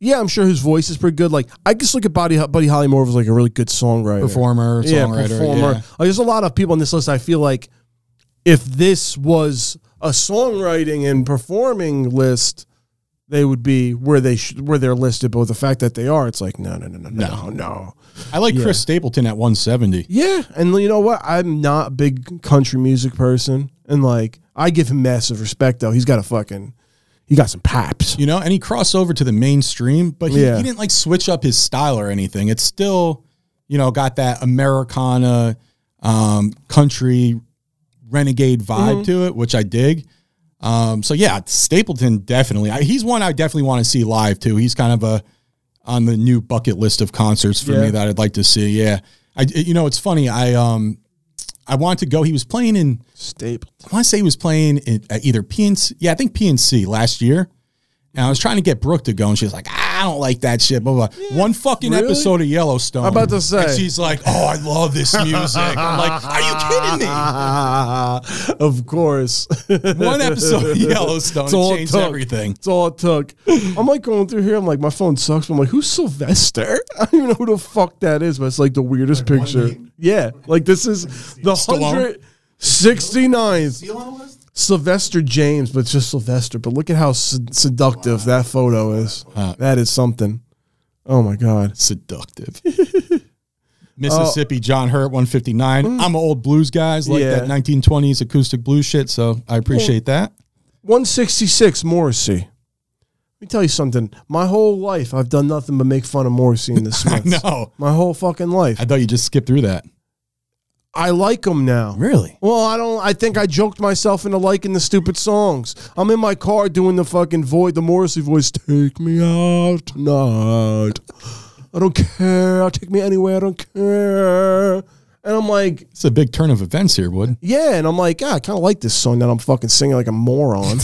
yeah, I'm sure his voice is pretty good. Like, I just look at Buddy Buddy Holly Moore as like a really good songwriter, Performer, yeah, songwriter, performer. yeah. Like, there's a lot of people on this list. I feel like if this was a songwriting and performing list. They would be where they sh- where they're listed, but with the fact that they are, it's like no, no, no, no, no, no. I like Chris Stapleton at 170. Yeah, and you know what? I'm not a big country music person, and like I give him massive respect though. He's got a fucking, he got some paps. You know, and he crossed over to the mainstream, but he, Yeah. he didn't like switch up his style or anything. It's still, you know, got that Americana um, country renegade vibe Mm-hmm. to it, which I dig. Um, so yeah, Stapleton definitely. I, he's one I definitely want to see live too. He's kind of a on the new bucket list of concerts for me Yeah. that I'd like to see. Yeah, I you know it's funny. I um I want to go. He was playing in Stapleton. I want to say he was playing in, at either PNC. Yeah, I think PNC last year. And I was trying to get Brooke to go, and she was like, "Ah, "I don't like that shit." Blah blah. blah. One fucking really? episode of Yellowstone. I'm about to say. And she's like, "Oh, I love this music." I'm like, "Are you kidding me?" Ah, of course, it's One episode of Yellowstone all it changed took. everything. It's all it took. I'm like going through here. I'm like, my phone sucks. But I'm like, who's Sylvester? I don't even know who the fuck that is, but it's like the weirdest picture. Yeah, like this is the Stallone? hundred sixty ninth. Sylvester James, but it's just Sylvester. But look at how sed- seductive that photo is. that is something. Oh my God. Seductive. Mississippi John Hurt 159. I'm an old blues guys like Mm. Yeah. that 1920s acoustic blues shit, so I appreciate that. 166 Morrissey. Let me tell you something. My whole life, I've done nothing but make fun of Morrissey and the Smiths. No, My whole fucking I life. thought you just skipped through that. I like him now. Really? Well, I don't. I think I joked myself into liking the stupid songs. I'm in my car doing the fucking void, the Morrissey voice. Take me out tonight. I don't care. Take me anywhere. I don't care. And I'm like, It's a big turn of events here, Wood. yeah. And I'm like, ah, I kind of like this song that I'm fucking singing like a moron.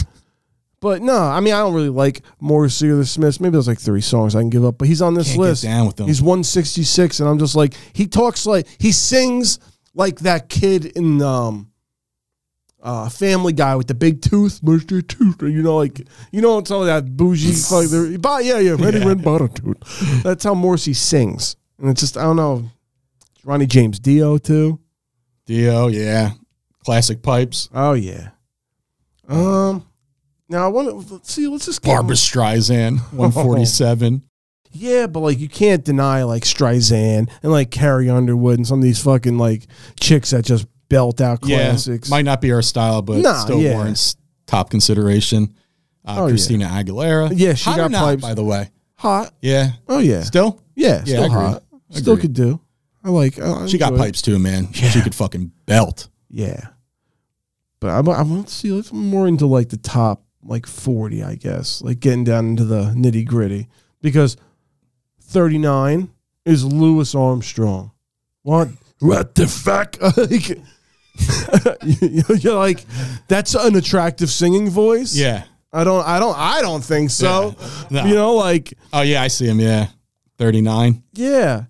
But no, I mean I don't really like Morrissey or the Smiths. Maybe there's like three songs I can give up, but he's on this Can't get list. down with them. He's 166, and I'm just like he talks like he sings like that kid in um uh Family Guy with the big tooth, Mr. Tooth. You know, like you know some of that bougie like the but yeah, yeah, ready red butter tooth. That's how Morrissey sings. And it's just I don't know. Ronnie James Dio too. Dio, yeah. Classic pipes. Oh yeah. Um. Now I want to see. Let's just get- Barbara Streisand, 147. Yeah, but like you can't deny like Streisand and like Carrie Underwood and some of these fucking like chicks that just belt out yeah, classics. might not be our style, but Nah, still yeah. warrants top consideration. Uh, Oh, yeah. Christina Aguilera. Yeah, she Hot or got not, pipes. by the way. hot. Yeah. Oh yeah. Still? yeah. Yeah, Still I agree. hot. Still Agree. could do. I like. I I She got enjoy it. pipes too, man. She could fucking belt. Yeah. But I'm, I want to see. Let's more into like the top like 40, I guess. Like getting down into the nitty gritty because 39 is Louis Armstrong. What? What the fuck? like, you're like, that's an attractive singing voice. Yeah. I don't. I don't. I don't think so. No. You know, like Oh, yeah, I see him. Yeah. 39. yeah.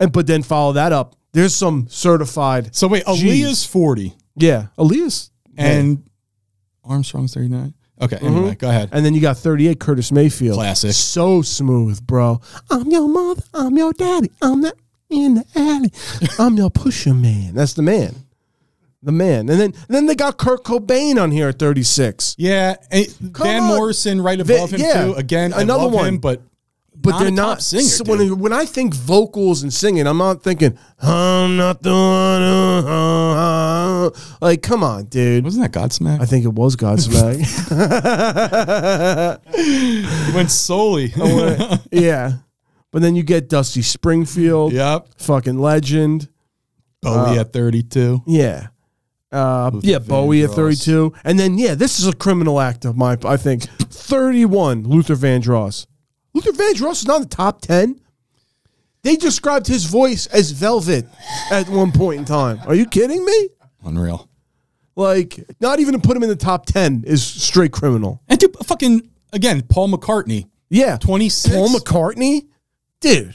And but then follow that up. There's some certified. So wait, Jeez. Aaliyah's 40 Yeah, Elias and Armstrong's 39. Okay, anyway, go ahead. Mm-hmm. And then you got 38 Curtis Mayfield. Classic. So smooth, bro. I'm your mother. I'm your daddy. I'm not in the alley. I'm your pusher man. That's the man. The man. And then then they got Kurt Cobain on here at 36. Yeah, and Come Van on. Morrison right Va- above him yeah. too. Again, another Another one, one. but But Not a they're top not singer, so dude. when, when I think vocals and singing, I'm not thinking I'm not the one. uh, uh, uh." Like, come on, dude. wasn't that Godsmack? I think it was Godsmack. He went solely. yeah. But then you get Dusty Springfield, yep, fucking legend. Uh, Bowie at thirty-two. Yeah. Uh, Luther yeah, Bowie at Vandross. 32. And then, yeah, this is a criminal act of my, I think. 31, Luther Vandross. Luther Vandross is not in the top 10. They described his voice as velvet at one point in time. Are you kidding me? Unreal. Like, not even to put him in the top 10 is straight criminal. And dude, fucking again, Paul McCartney, Yeah. twenty-six. Paul McCartney? Dude,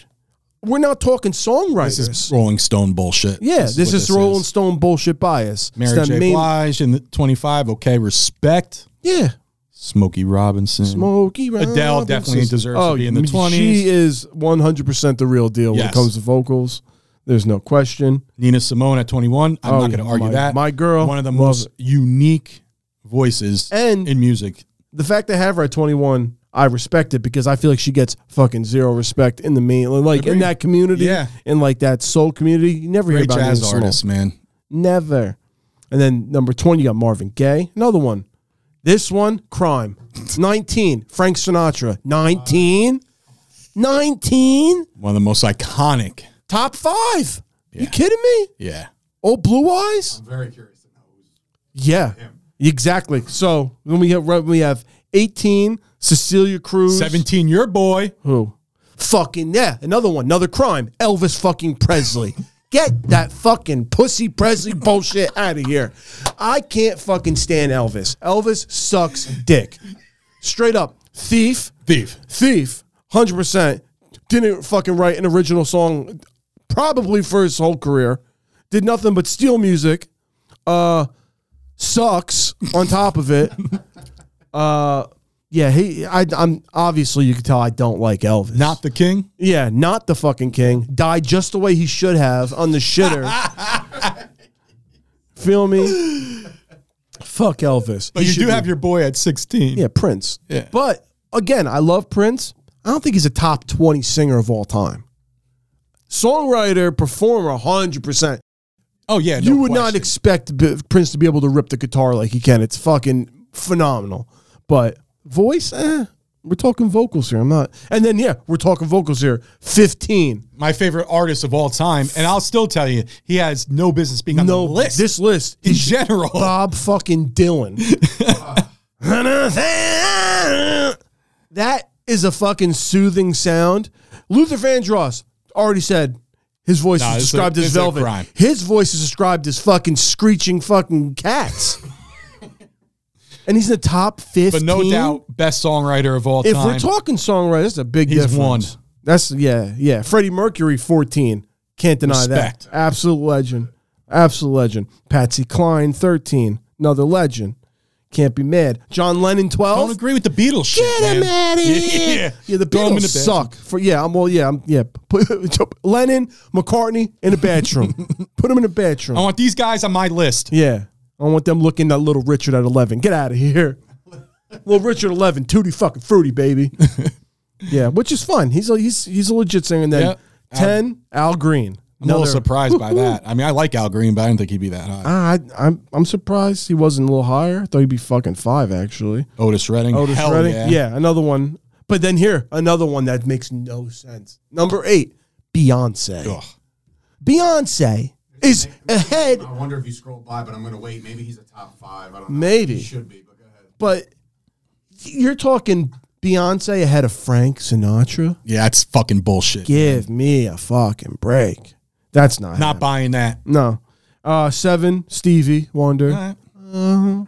we're not talking songwriters. This is Rolling Stone bullshit. yeah, this, what is, Rolling Stone bullshit bias. It's Mary that J. main- Blige in the twenty-five. Okay, respect. Yeah. Smokey Robinson. Smokey Adele definitely Robinson's- deserves to be in the m- 20s. She is 100% the real deal when Yes. it comes to vocals. There's no question. Nina Simone at twenty-one. I'm Oh, not going to argue my- that. my girl. One of the Love most unique voices And- in music. The fact they have her at 21, I respect it because I feel like she gets fucking zero respect in the main, like in that community, Yeah. in like that soul community. You never hear Great about jazz jazz artists. artist, man. Never. And then number 20, you got Marvin Gaye. Another one. This one, crime. 19, Frank Sinatra. 19? 19? One of the most iconic. Top five. You kidding me? Yeah. Oh, Blue Eyes? I'm very curious to know who's Yeah. Exactly. So when we have when we have 18, Cecilia Cruz. 17, your boy. Who? Fucking yeah. Another one. Another crime. Elvis fucking Presley. Get that fucking pussy Presley bullshit out of here. I can't fucking stand Elvis. Elvis sucks dick. Straight up. Thief. Thief. Thief, hundred percent, didn't fucking write an original song, probably for his whole career. Did nothing but steal music. Uh, sucks. On top of it, uh, yeah, he. I, I'm obviously you can tell I don't like Elvis. Not the king. yeah, not the fucking king. Died just the way he should have on the shitter. Feel me? Fuck Elvis. But He you should do be- have your boy at 16. yeah, Prince. Yeah. But again, I love Prince. I don't think he's a top 20 singer of all time. Songwriter, performer, 100%. Oh, yeah. no you would not question. expect B- Prince to be able to rip the guitar like he can. It's fucking phenomenal. But voice, eh. We're talking vocals here. I'm not. And then, yeah, we're talking vocals here. 15. My favorite artist of all time. And I'll still tell you, he has no business being on no, the list This list in is general. Bob fucking Dylan. that is a fucking soothing sound. Luther Vandross already said his voice Nah, is this is a- described this as is a velvet. crime. His voice is described as fucking screeching fucking cats. and he's in the top but fifteen. no doubt best songwriter of all if time. we're talking songwriters, that's a big He's difference. one. That's yeah, yeah. Freddie Mercury, fourteen. Can't deny Respect. that. Absolute legend. Absolute legend. Patsy Cline, thirteen. Another legend. Can't be mad. John Lennon, I don't twelve. agree with the Beatles shit. Get him man. out of here. Yeah. yeah, the Throw him in Beatles the bathroom. suck. For yeah, I'm all yeah, I'm yeah. Put, Lennon, McCartney in the bathroom. Put him in the bathroom. I want these guys on my list. Yeah. I want them looking at little Richard at 11. Get out of here. little Richard 11, tutti fucking fruity, baby. yeah, which is fun. He's a, he's, he's a legit singer. And then Yep. 10, Al Green. I'm a little Another- surprised by that. I mean, I like Al Green, but I didn't think he'd be that high. Ah, I, I'm, I'm surprised he wasn't a little higher. I thought he'd be fucking five, actually. Otis Redding. Otis Hell Redding. Yeah. another one. But then here, another one that makes no sense. Number eight, Beyonce. Ugh. Beyonce is ahead I wonder if you scroll by, but I'm gonna wait. Maybe he's a top five. I don't know. Maybe. He should be, but go ahead. but you're talking Beyonce ahead of Frank Sinatra. Yeah, that's fucking bullshit. Give me a fucking break. That's not Not buying that. happening. no. Uh, seven Stevie Wonder, All right.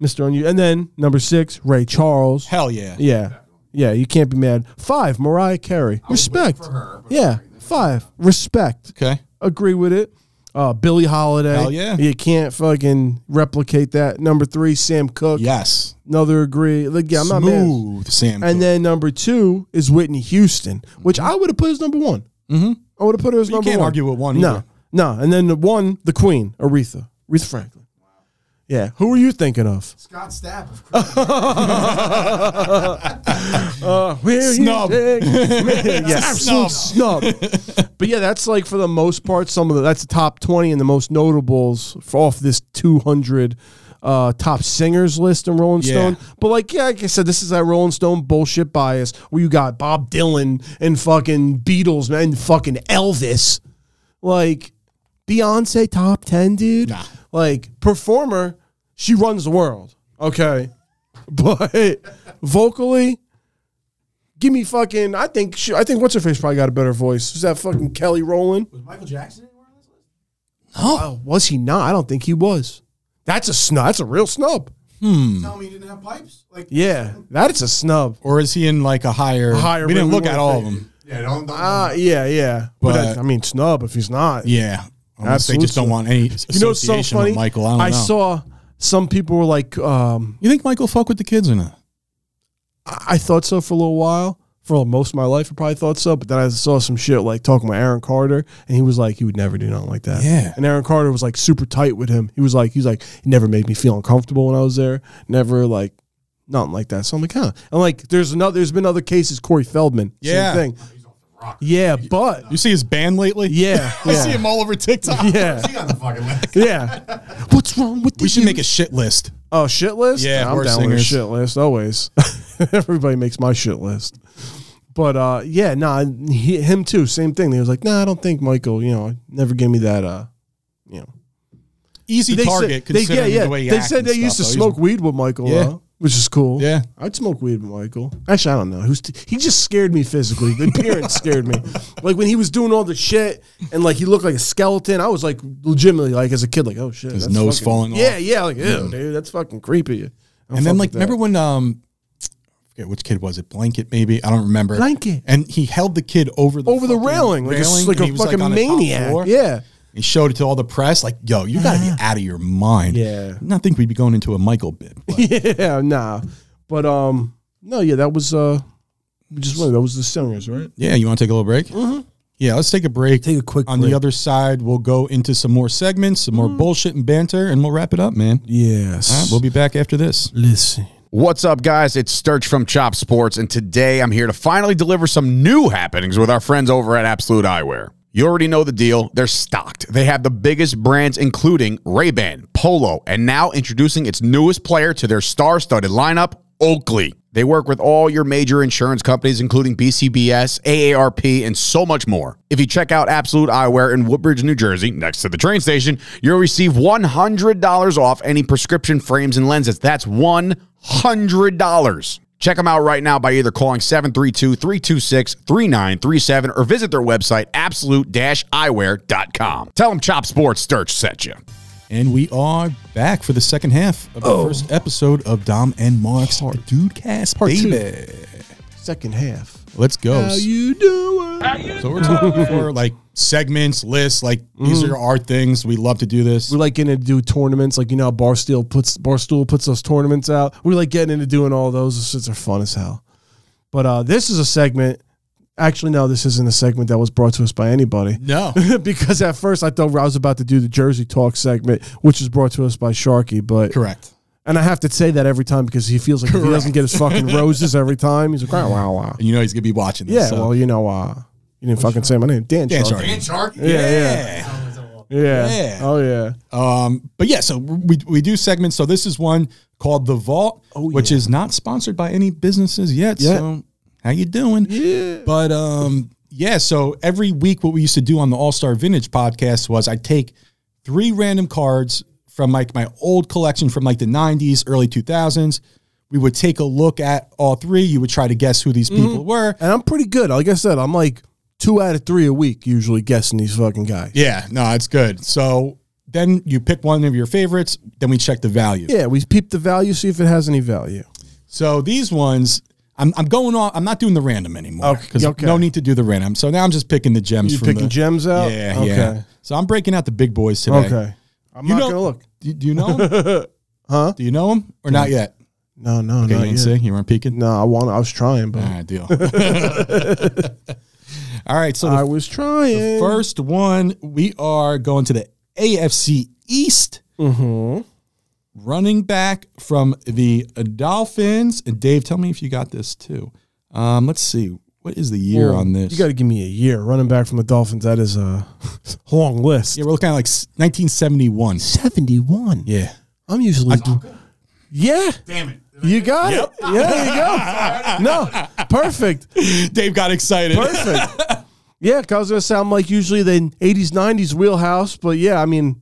Mr. On You, and then number six Ray Charles. Hell yeah. Yeah, yeah, you can't be mad. Five Mariah Carey, respect. her, but- yeah, five respect. Okay. Agree with it. Uh, Billie Holiday. Hell yeah. You can't fucking replicate that. Number three Sam Cooke. Yes. Another agree. Like, yeah, I'm not mad. Smooth, Sam. And then number two is Whitney Houston, which I would have put as number one. Mm-hmm. I would have put her as you number can't one. argue with one No, either. no. And then the one, the queen, Aretha, Aretha Franklin. Yeah. Who are you thinking of? Scott Stapp. Of course. Will you Snub. take me? yes. Snub. Absolute snub. but yeah, that's like for the most part, some of the that's the top twenty and the most notables for off this two hundred uh, top singers list in Rolling Yeah. Stone. But like, yeah, like I said, this is that Rolling Stone bullshit bias where you got Bob Dylan and fucking Beatles man, and fucking Elvis. Like Beyonce top ten, dude. Nah. Like performer, she runs the world. Okay. But vocally, give me fucking. I think she, I think what's her face probably got a better voice. Is that fucking Kelly Rowland? Was Michael Jackson anywhere on this list? Oh, was he not? I don't think he was. That's a snub. That's a real snub. Tell me he didn't have pipes. Like Hmm. Yeah, that is a snub. Or is he in like a higher? higher we didn't rate we look at weren't all of thinking. them. Yeah, don't. don't Ah, yeah, yeah. But, But- I mean, snub if he's not. Yeah. Unless they just Absolutely. don't want any You association know what's so funny? with Michael. I don't know. saw some people were like, um, you think Michael fuck with the kids or not? I I thought so for a little while. For most of my life, I probably thought so. But then I saw some shit like talking with Aaron Carter, and he was like, he would never do nothing like that. Yeah. And Aaron Carter was like super tight with him. He was like, he's like, he never made me feel uncomfortable when I was there. Never like nothing like that. So I'm like, huh. And like, there's another. There's been other cases. Corey Feldman. Yeah. Same thing. Yeah, but You see his band lately? yeah, I yeah, see him all over TikTok. yeah, He on the fucking list. yeah. What's wrong with We the should make a shit list. Oh, shit list? Yeah, I'm horse down with a singers. shit list always. Everybody makes my shit list. But uh, yeah, nah, he, him too. Same thing. He was like, nah, I don't think Michael. You know, never gave me that. Uh, you know, Easy target Said, they, considering yeah, yeah. the way he they acts said and they used to stuff, though. smoke weed with Michael, Yeah. yeah. which is cool. Yeah. I'd smoke weed with Michael. Actually, I don't know. Who's t- he? Just scared me physically. The appearance scared me. Like when he was doing all the shit and like he looked like a skeleton. I was like legitimately like as a kid, like oh shit, His that's nose fucking- falling off. Yeah, yeah. Like ew, dude, that's fucking creepy. I don't And fuck then with like that. remember when um I forget which kid was it? Blanket maybe? I don't remember. Blanket. And he held the kid over the over the fucking railing, like railing, a, like and a he was, fucking on the top floor. maniac. Yeah. He showed it to all the press, like, yo, you gotta be out of your mind. Yeah. Not think we'd be going into a Michael bit. but- Yeah, nah. But um no, yeah, that was uh we just one that was the singers, right? yeah, you wanna take a little break? Mm-hmm. Yeah, let's take a break. Take a quick On the break. Mm-hmm. other side, we'll go into some more segments, some more bullshit and banter, and we'll wrap it up, man. Yes. All right, we'll be back after this. Listen. What's up, guys? It's Sturch from Chop Sports, and today I'm here to finally deliver some new happenings with our friends over at Absolute Eyewear. You already know the deal. They're stocked. They have the biggest brands, including Ray-Ban, Polo, and now introducing its newest player to their star-studded lineup, Oakley. They work with all your major insurance companies, including BCBS, AARP, and so much more. If you check out Absolute Eyewear in Woodbridge, New Jersey, next to the train station, you'll receive $100 off any prescription frames and lenses. That's $100. Check them out right now by either calling 732 326 3937 or visit their website, absolute eyewear.com. Tell them Chop Sports Sturch sent you. And we are back for the second half of the first episode of Dom and Mark's Dude Cast Oh. Part two. Baby. Second half. Let's go. you doing? Mm-hmm. so we're talking for like segments, lists, like these are our things. We love to do this. We're like getting into do tournaments, like you know, how Barstool puts Barstool puts those tournaments out. We're like getting into doing all those. Those shits are fun as hell. But uh, this is a segment. Actually, no, this isn't a segment that was brought to us by anybody. No. because at first I thought I was about to do the Jersey Talk segment, which is brought to us by Sharky. But Correct. and I have to say that every time because he feels like if he doesn't get his fucking roses every time, he's like wow wow wow. And you know he's going to be watching this. Yeah, so- well, you know, uh, you didn't fucking say my name, Dan. Dan Sharkey. Sharkey. And Shark. Yeah, yeah, Yeah. yeah, Yeah. Oh yeah. Um, but yeah, so we, we do segments. So this is one called The Vault, which is not sponsored by any businesses yet. Oh, Yeah. So how you doing? Yeah. But um, yeah, so every week what we used to do on the All Star Vintage podcast was I'd take three random cards from like my old collection from like the 90s, early 2000s. We would take a look at all three. You would try to guess who these people were. And I'm pretty good. Like I said, I'm like two out of three a week usually guessing these fucking guys. Yeah, no, it's good. So then you pick one of your favorites. Then we check the value. Yeah, we peep the value, see if it has any value. So these ones, I'm, I'm going on. I'm not doing the random anymore Okay, because okay. no need to do the random. So now I'm just picking the gems. You from picking the- gems out? Yeah, okay. yeah. So I'm breaking out the big boys today. Okay. I'm You not know- gonna look. Do, do you know? Them? huh? Do you know them or not yet? No, no, Okay, no. you didn't see. You weren't peeking. No, I want. I was trying, but All right, deal. All right. So the I was trying. first one, we are going to the AFC East. Mm-hmm. Running back from the Dolphins. And Dave, tell me if you got this too. Um, let's see. What is the year on this? You got to give me a year running back from the Dolphins. That is a long list. yeah, we're looking at like s- 1971. Seventy-one. Yeah. I'm usually. yeah. Damn it. Did I You got it. Yeah, you go. No, perfect, Dave got excited. perfect. Yeah, cause I was gonna sound like usually the '80s, '90s wheelhouse, but yeah, I mean,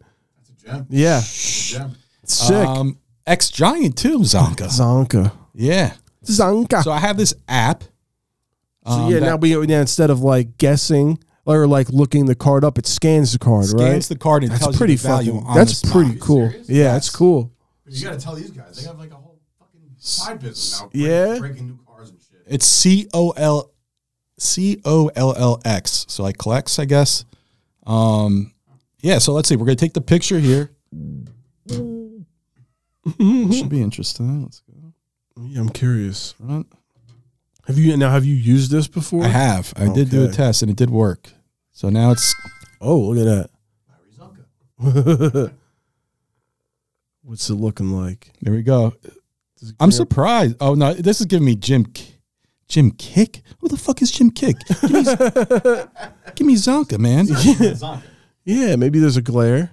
gem. yeah, Gem. sick. Um, Ex Giant too, Zonka. Zonka, Yeah. Zonka. So So, I have this app. yeah, that- now we now instead of like guessing or like looking the card up, it scans the card, right? Scans the card and that's tells pretty you the value fucking. on That's the spot. pretty cool. Yeah, that's cool. You gotta tell these guys. They have like a whole fucking side business now. Yeah. Breaking new cars and shit. It's C O L C O L L X. So like collects, I guess. Um, yeah. So let's see. We're gonna take the picture here. Should be interesting. Let's go. Yeah, I'm curious. Front. Have you now? Have you used this before? I have. I did do a Okay. test and it did work. So now it's Oh, look at that. Larry Zonka. What's it looking like? there. We go. Does it I'm clear up? surprised. Oh no, this is giving me Jim. K- Jim Kick? Who the fuck is Jim Kick? Give me, give me Zonka, man. Zonka. Yeah, maybe there's a glare.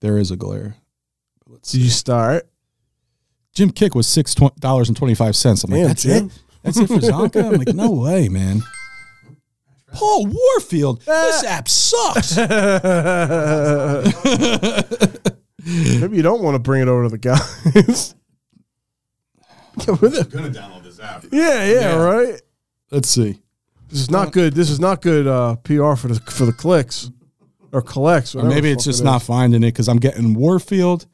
There is a glare. Let's Did you start? Jim Kick was six dollars and twenty five cents. I'm like, Damn, that's Jim. it. That's it for Zonka. I'm like, no way, man. Paul Warfield, this app sucks. Maybe you don't want to bring it over to the guys. yeah, with it. Gonna download this app. yeah, yeah, right. Let's see. This is not good. This is not good uh, PR for the for the clicks or collects. Or whatever maybe the it's fuck just it not is. finding it because I'm getting Warfield.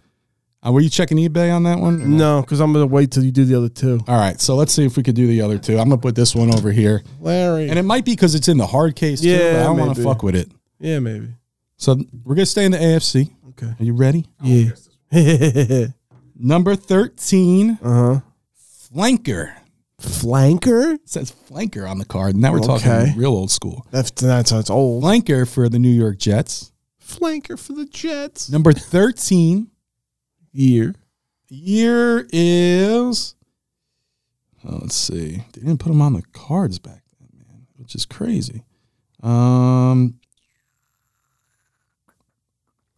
Uh, were you checking eBay on that one? or no? No, because I'm gonna wait till you do the other two. All right, so let's see if we could do the other two. I'm gonna put this one over here, Larry. and it might be because it's in the hard case. Too, Yeah, but I don't want to maybe. fuck with it. yeah, maybe. So we're gonna stay in the AFC. Okay. Are you ready? Yeah. Oh, Number thirteen, uh huh. flanker. Flanker. It says flanker on the card. Now we're Okay. talking real old school. That's that's how it's old. Flanker for the New York Jets. Flanker for the Jets. Number 13 Year. year is. oh, let's see. They didn't put him on the cards back then, man, which is crazy. Um,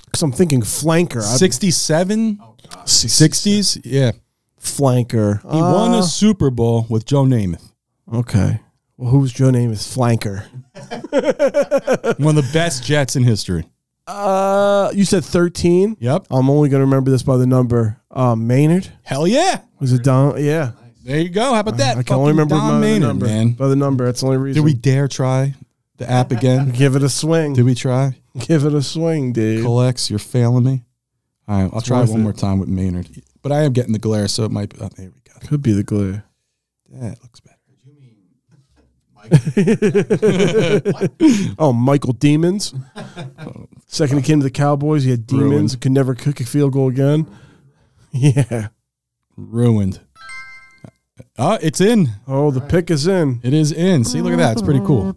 Because I'm thinking flanker. I'd- 67, Oh god. 60s. Yeah. flanker. Ah. He won a Super Bowl with Joe Namath. Okay. Well, who's Joe name is flanker? One of the best Jets in history. Uh, you said thirteen. Yep. I'm only gonna remember this by the number. Uh, Maynard Hell yeah. was it Don? Yeah, There you go. How about that? I can only Fucking remember Don by Maynard, the number. man. By the number, that's the only Did reason. we dare try the app again? give it a swing? Did we try? give it a swing, dude? Collects, you're failing me. All right, I'll try worth one it. more time with Maynard, but I am getting the glare, so it might. Be, oh, there we go. Could be the glare. That looks better. Oh, Michael Demons. Second it came to the Cowboys, he had demons. Could never kick a field goal again. Yeah. Ruined. Oh, it's in. Oh, the pick is in. It is in. See, look at that. It's pretty cool.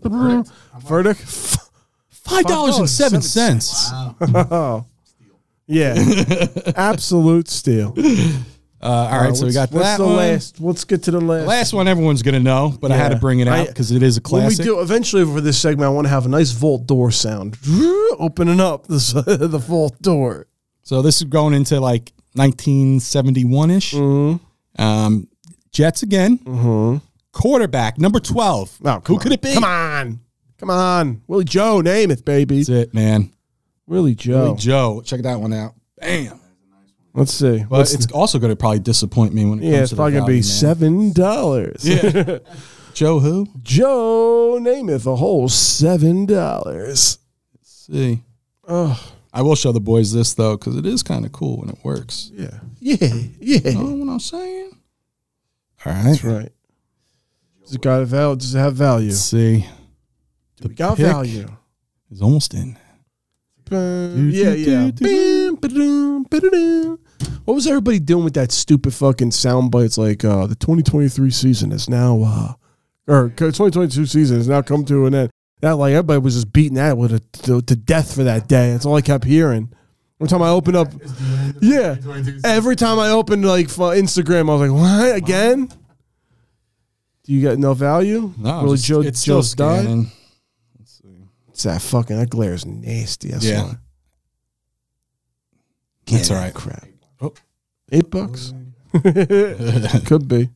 Verdict. Five dollars and seven cents. Yeah. Absolute steal. Uh, all right, so we What's- got what's that the one. last. Let's get to the last. Last one, everyone's gonna know, but I had to Yeah. bring it I- out because it is a When we classic. do eventually for this segment, I want to have a nice vault door sound, opening up this, the vault door. So this is going into like 1971 ish. Mm-hmm. Um, Jets again. Quarterback number 12. Oh, Who come could it be? Come on, come on, Willie Joe, name it, baby. That's it, man. Willie Joe. Hey, Joe, check that one out. Bam. Let's see. But What's- it's also going to probably disappoint me when it yeah, comes it's to the probably gonna be value, man. seven dollars. Yeah. Joe who? Joe Namath, a whole seven dollars. see. I will show the boys this though, because it is kind of cool when it works. You Yeah, yeah, yeah. know what I'm saying? All That's right. Does it got a value? Does it have value? Let's see. we got pick. value. It's almost in. Bam. Yeah, yeah. Bam, ba-da-dum, ba-da-dum. What was everybody doing with that stupid fucking sound bites? Like uh, the 2023 season is now, uh, or 2022 season has now come to an end. That like everybody was just beating that with a, to, to death for that day. That's all I kept hearing. Every time I opened up, yeah. Every time I opened like fu- Instagram, I was like, "What again? Do you got no value? No, really, just- Joe, it's still Joe's died. scanning. It's that fucking that glare is nasty. I Yeah. saw it. That's Yeah, all right. Crap. Oh. Eight bucks? Could be.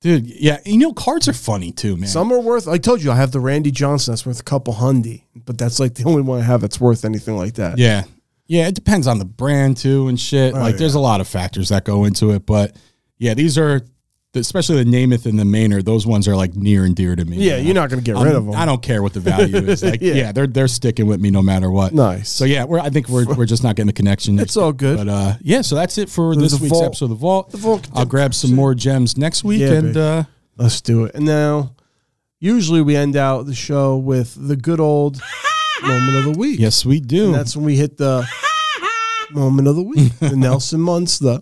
Dude, yeah, you know cards are funny too, man. Some are worth. I told you I have the Randy Johnson that's worth a couple hundy, but that's like the only one I have that's worth anything like that. yeah, yeah, it depends on the brand too and shit. like, there's a lot of factors that go into it, but yeah, these are especially the Namath and the Maynard. Those ones are like near and dear to me. Yeah, you're not gonna get rid of them. I don't care what the value is. Like, Yeah. yeah. they're they're sticking with me no matter what. Nice. So yeah, we're I think we're we're just not getting the connection. It's all good. But uh, yeah, so that's it for this The week's vault. episode of the vault. The vault. I'll grab some more gems next week, Yeah, and baby. uh, Let's do it. And now, usually we end out the show with the good old moment of the week. yes, we do. And that's when we hit the moment of the week, the Nelson Munster.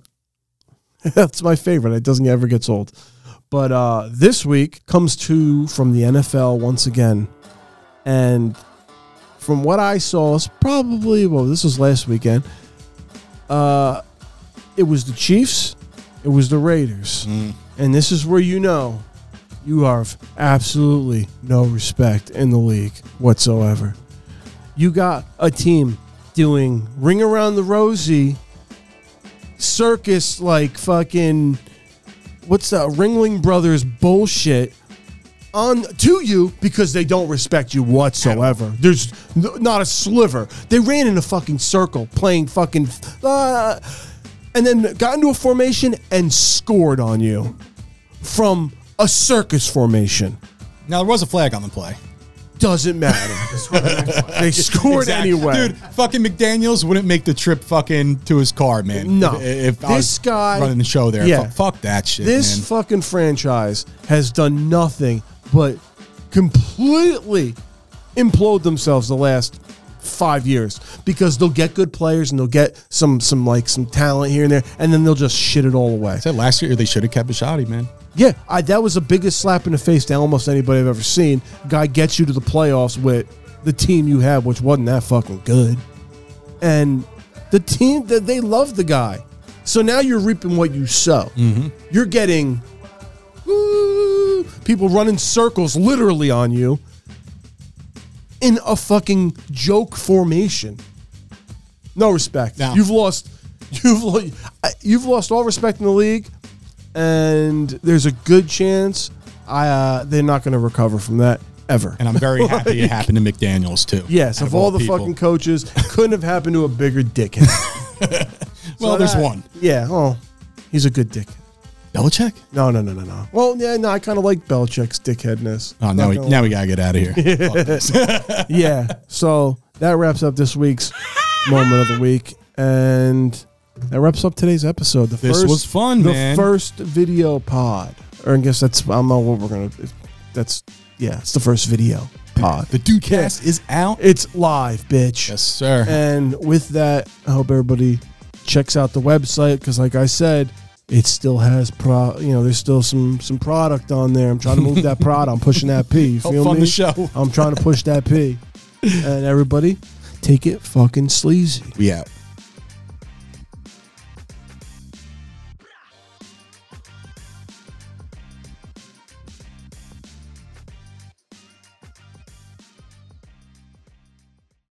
That's my favorite. It doesn't ever gets old. But uh, this week comes to from the NFL once again, and from what I saw, it's probably well, this was last weekend. Uh, it was the Chiefs, it was the Raiders, and this is where you know you are of absolutely no respect in the league whatsoever you got a team doing ring around the rosy circus like fucking what's that ringling brothers bullshit on to you because they don't respect you whatsoever there's n- not a sliver they ran in a fucking circle playing fucking uh, and then got into a formation and scored on you from a circus formation now there was a flag on the play. doesn't matter they scored Exactly. anyway Dude, fucking McDaniels wouldn't make the trip fucking to his car, man. No. If, if I was This guy- running the show there. Yeah. Fu- Fuck that shit, this man. fucking franchise has done nothing but completely implode themselves the last five years because they'll get good players and they'll get some some like some talent here and there and then they'll just shit it all away. I said last year they should have kept Bishotti, man. Yeah, I, that was the biggest slap in the face to almost anybody I've ever seen. Guy gets you to the playoffs with the team you have, which wasn't that fucking good, and the team that they love the guy. So now you're reaping what you sow. You're getting woo, people running circles literally on you in a fucking joke formation. No respect. No. You've lost. You've lo- I- you've lost all respect in the league and there's a good chance I uh, they're not going to recover from that ever. And I'm very happy it happened to McDaniels too. yes, Out of, all, the people. fucking coaches, couldn't have happened to a bigger dickhead. Well, So there's that- one. Yeah, oh, he's a good dickhead. Belichick? No, no, no, no, no. Well, yeah, no, I kind of like Belichick's dickheadness. Oh, Not now we gonna now we gotta get out of here. yeah. So that wraps up this week's moment of the week, and That wraps up today's episode. The This first, was fun, the man. first video pod, or I guess that's I don't know what we're gonna. That's yeah, it's the first video pod. The Dudecast is out. it's live, bitch. Yes, sir. And with that, I hope everybody checks out the website because, like I said, it still has pro. You know, there's still some some product on there. I'm trying to move that prod. I'm pushing that P. You Help feel fund me? the show. I'm trying to push that P. And everybody, take it fucking sleazy. We out.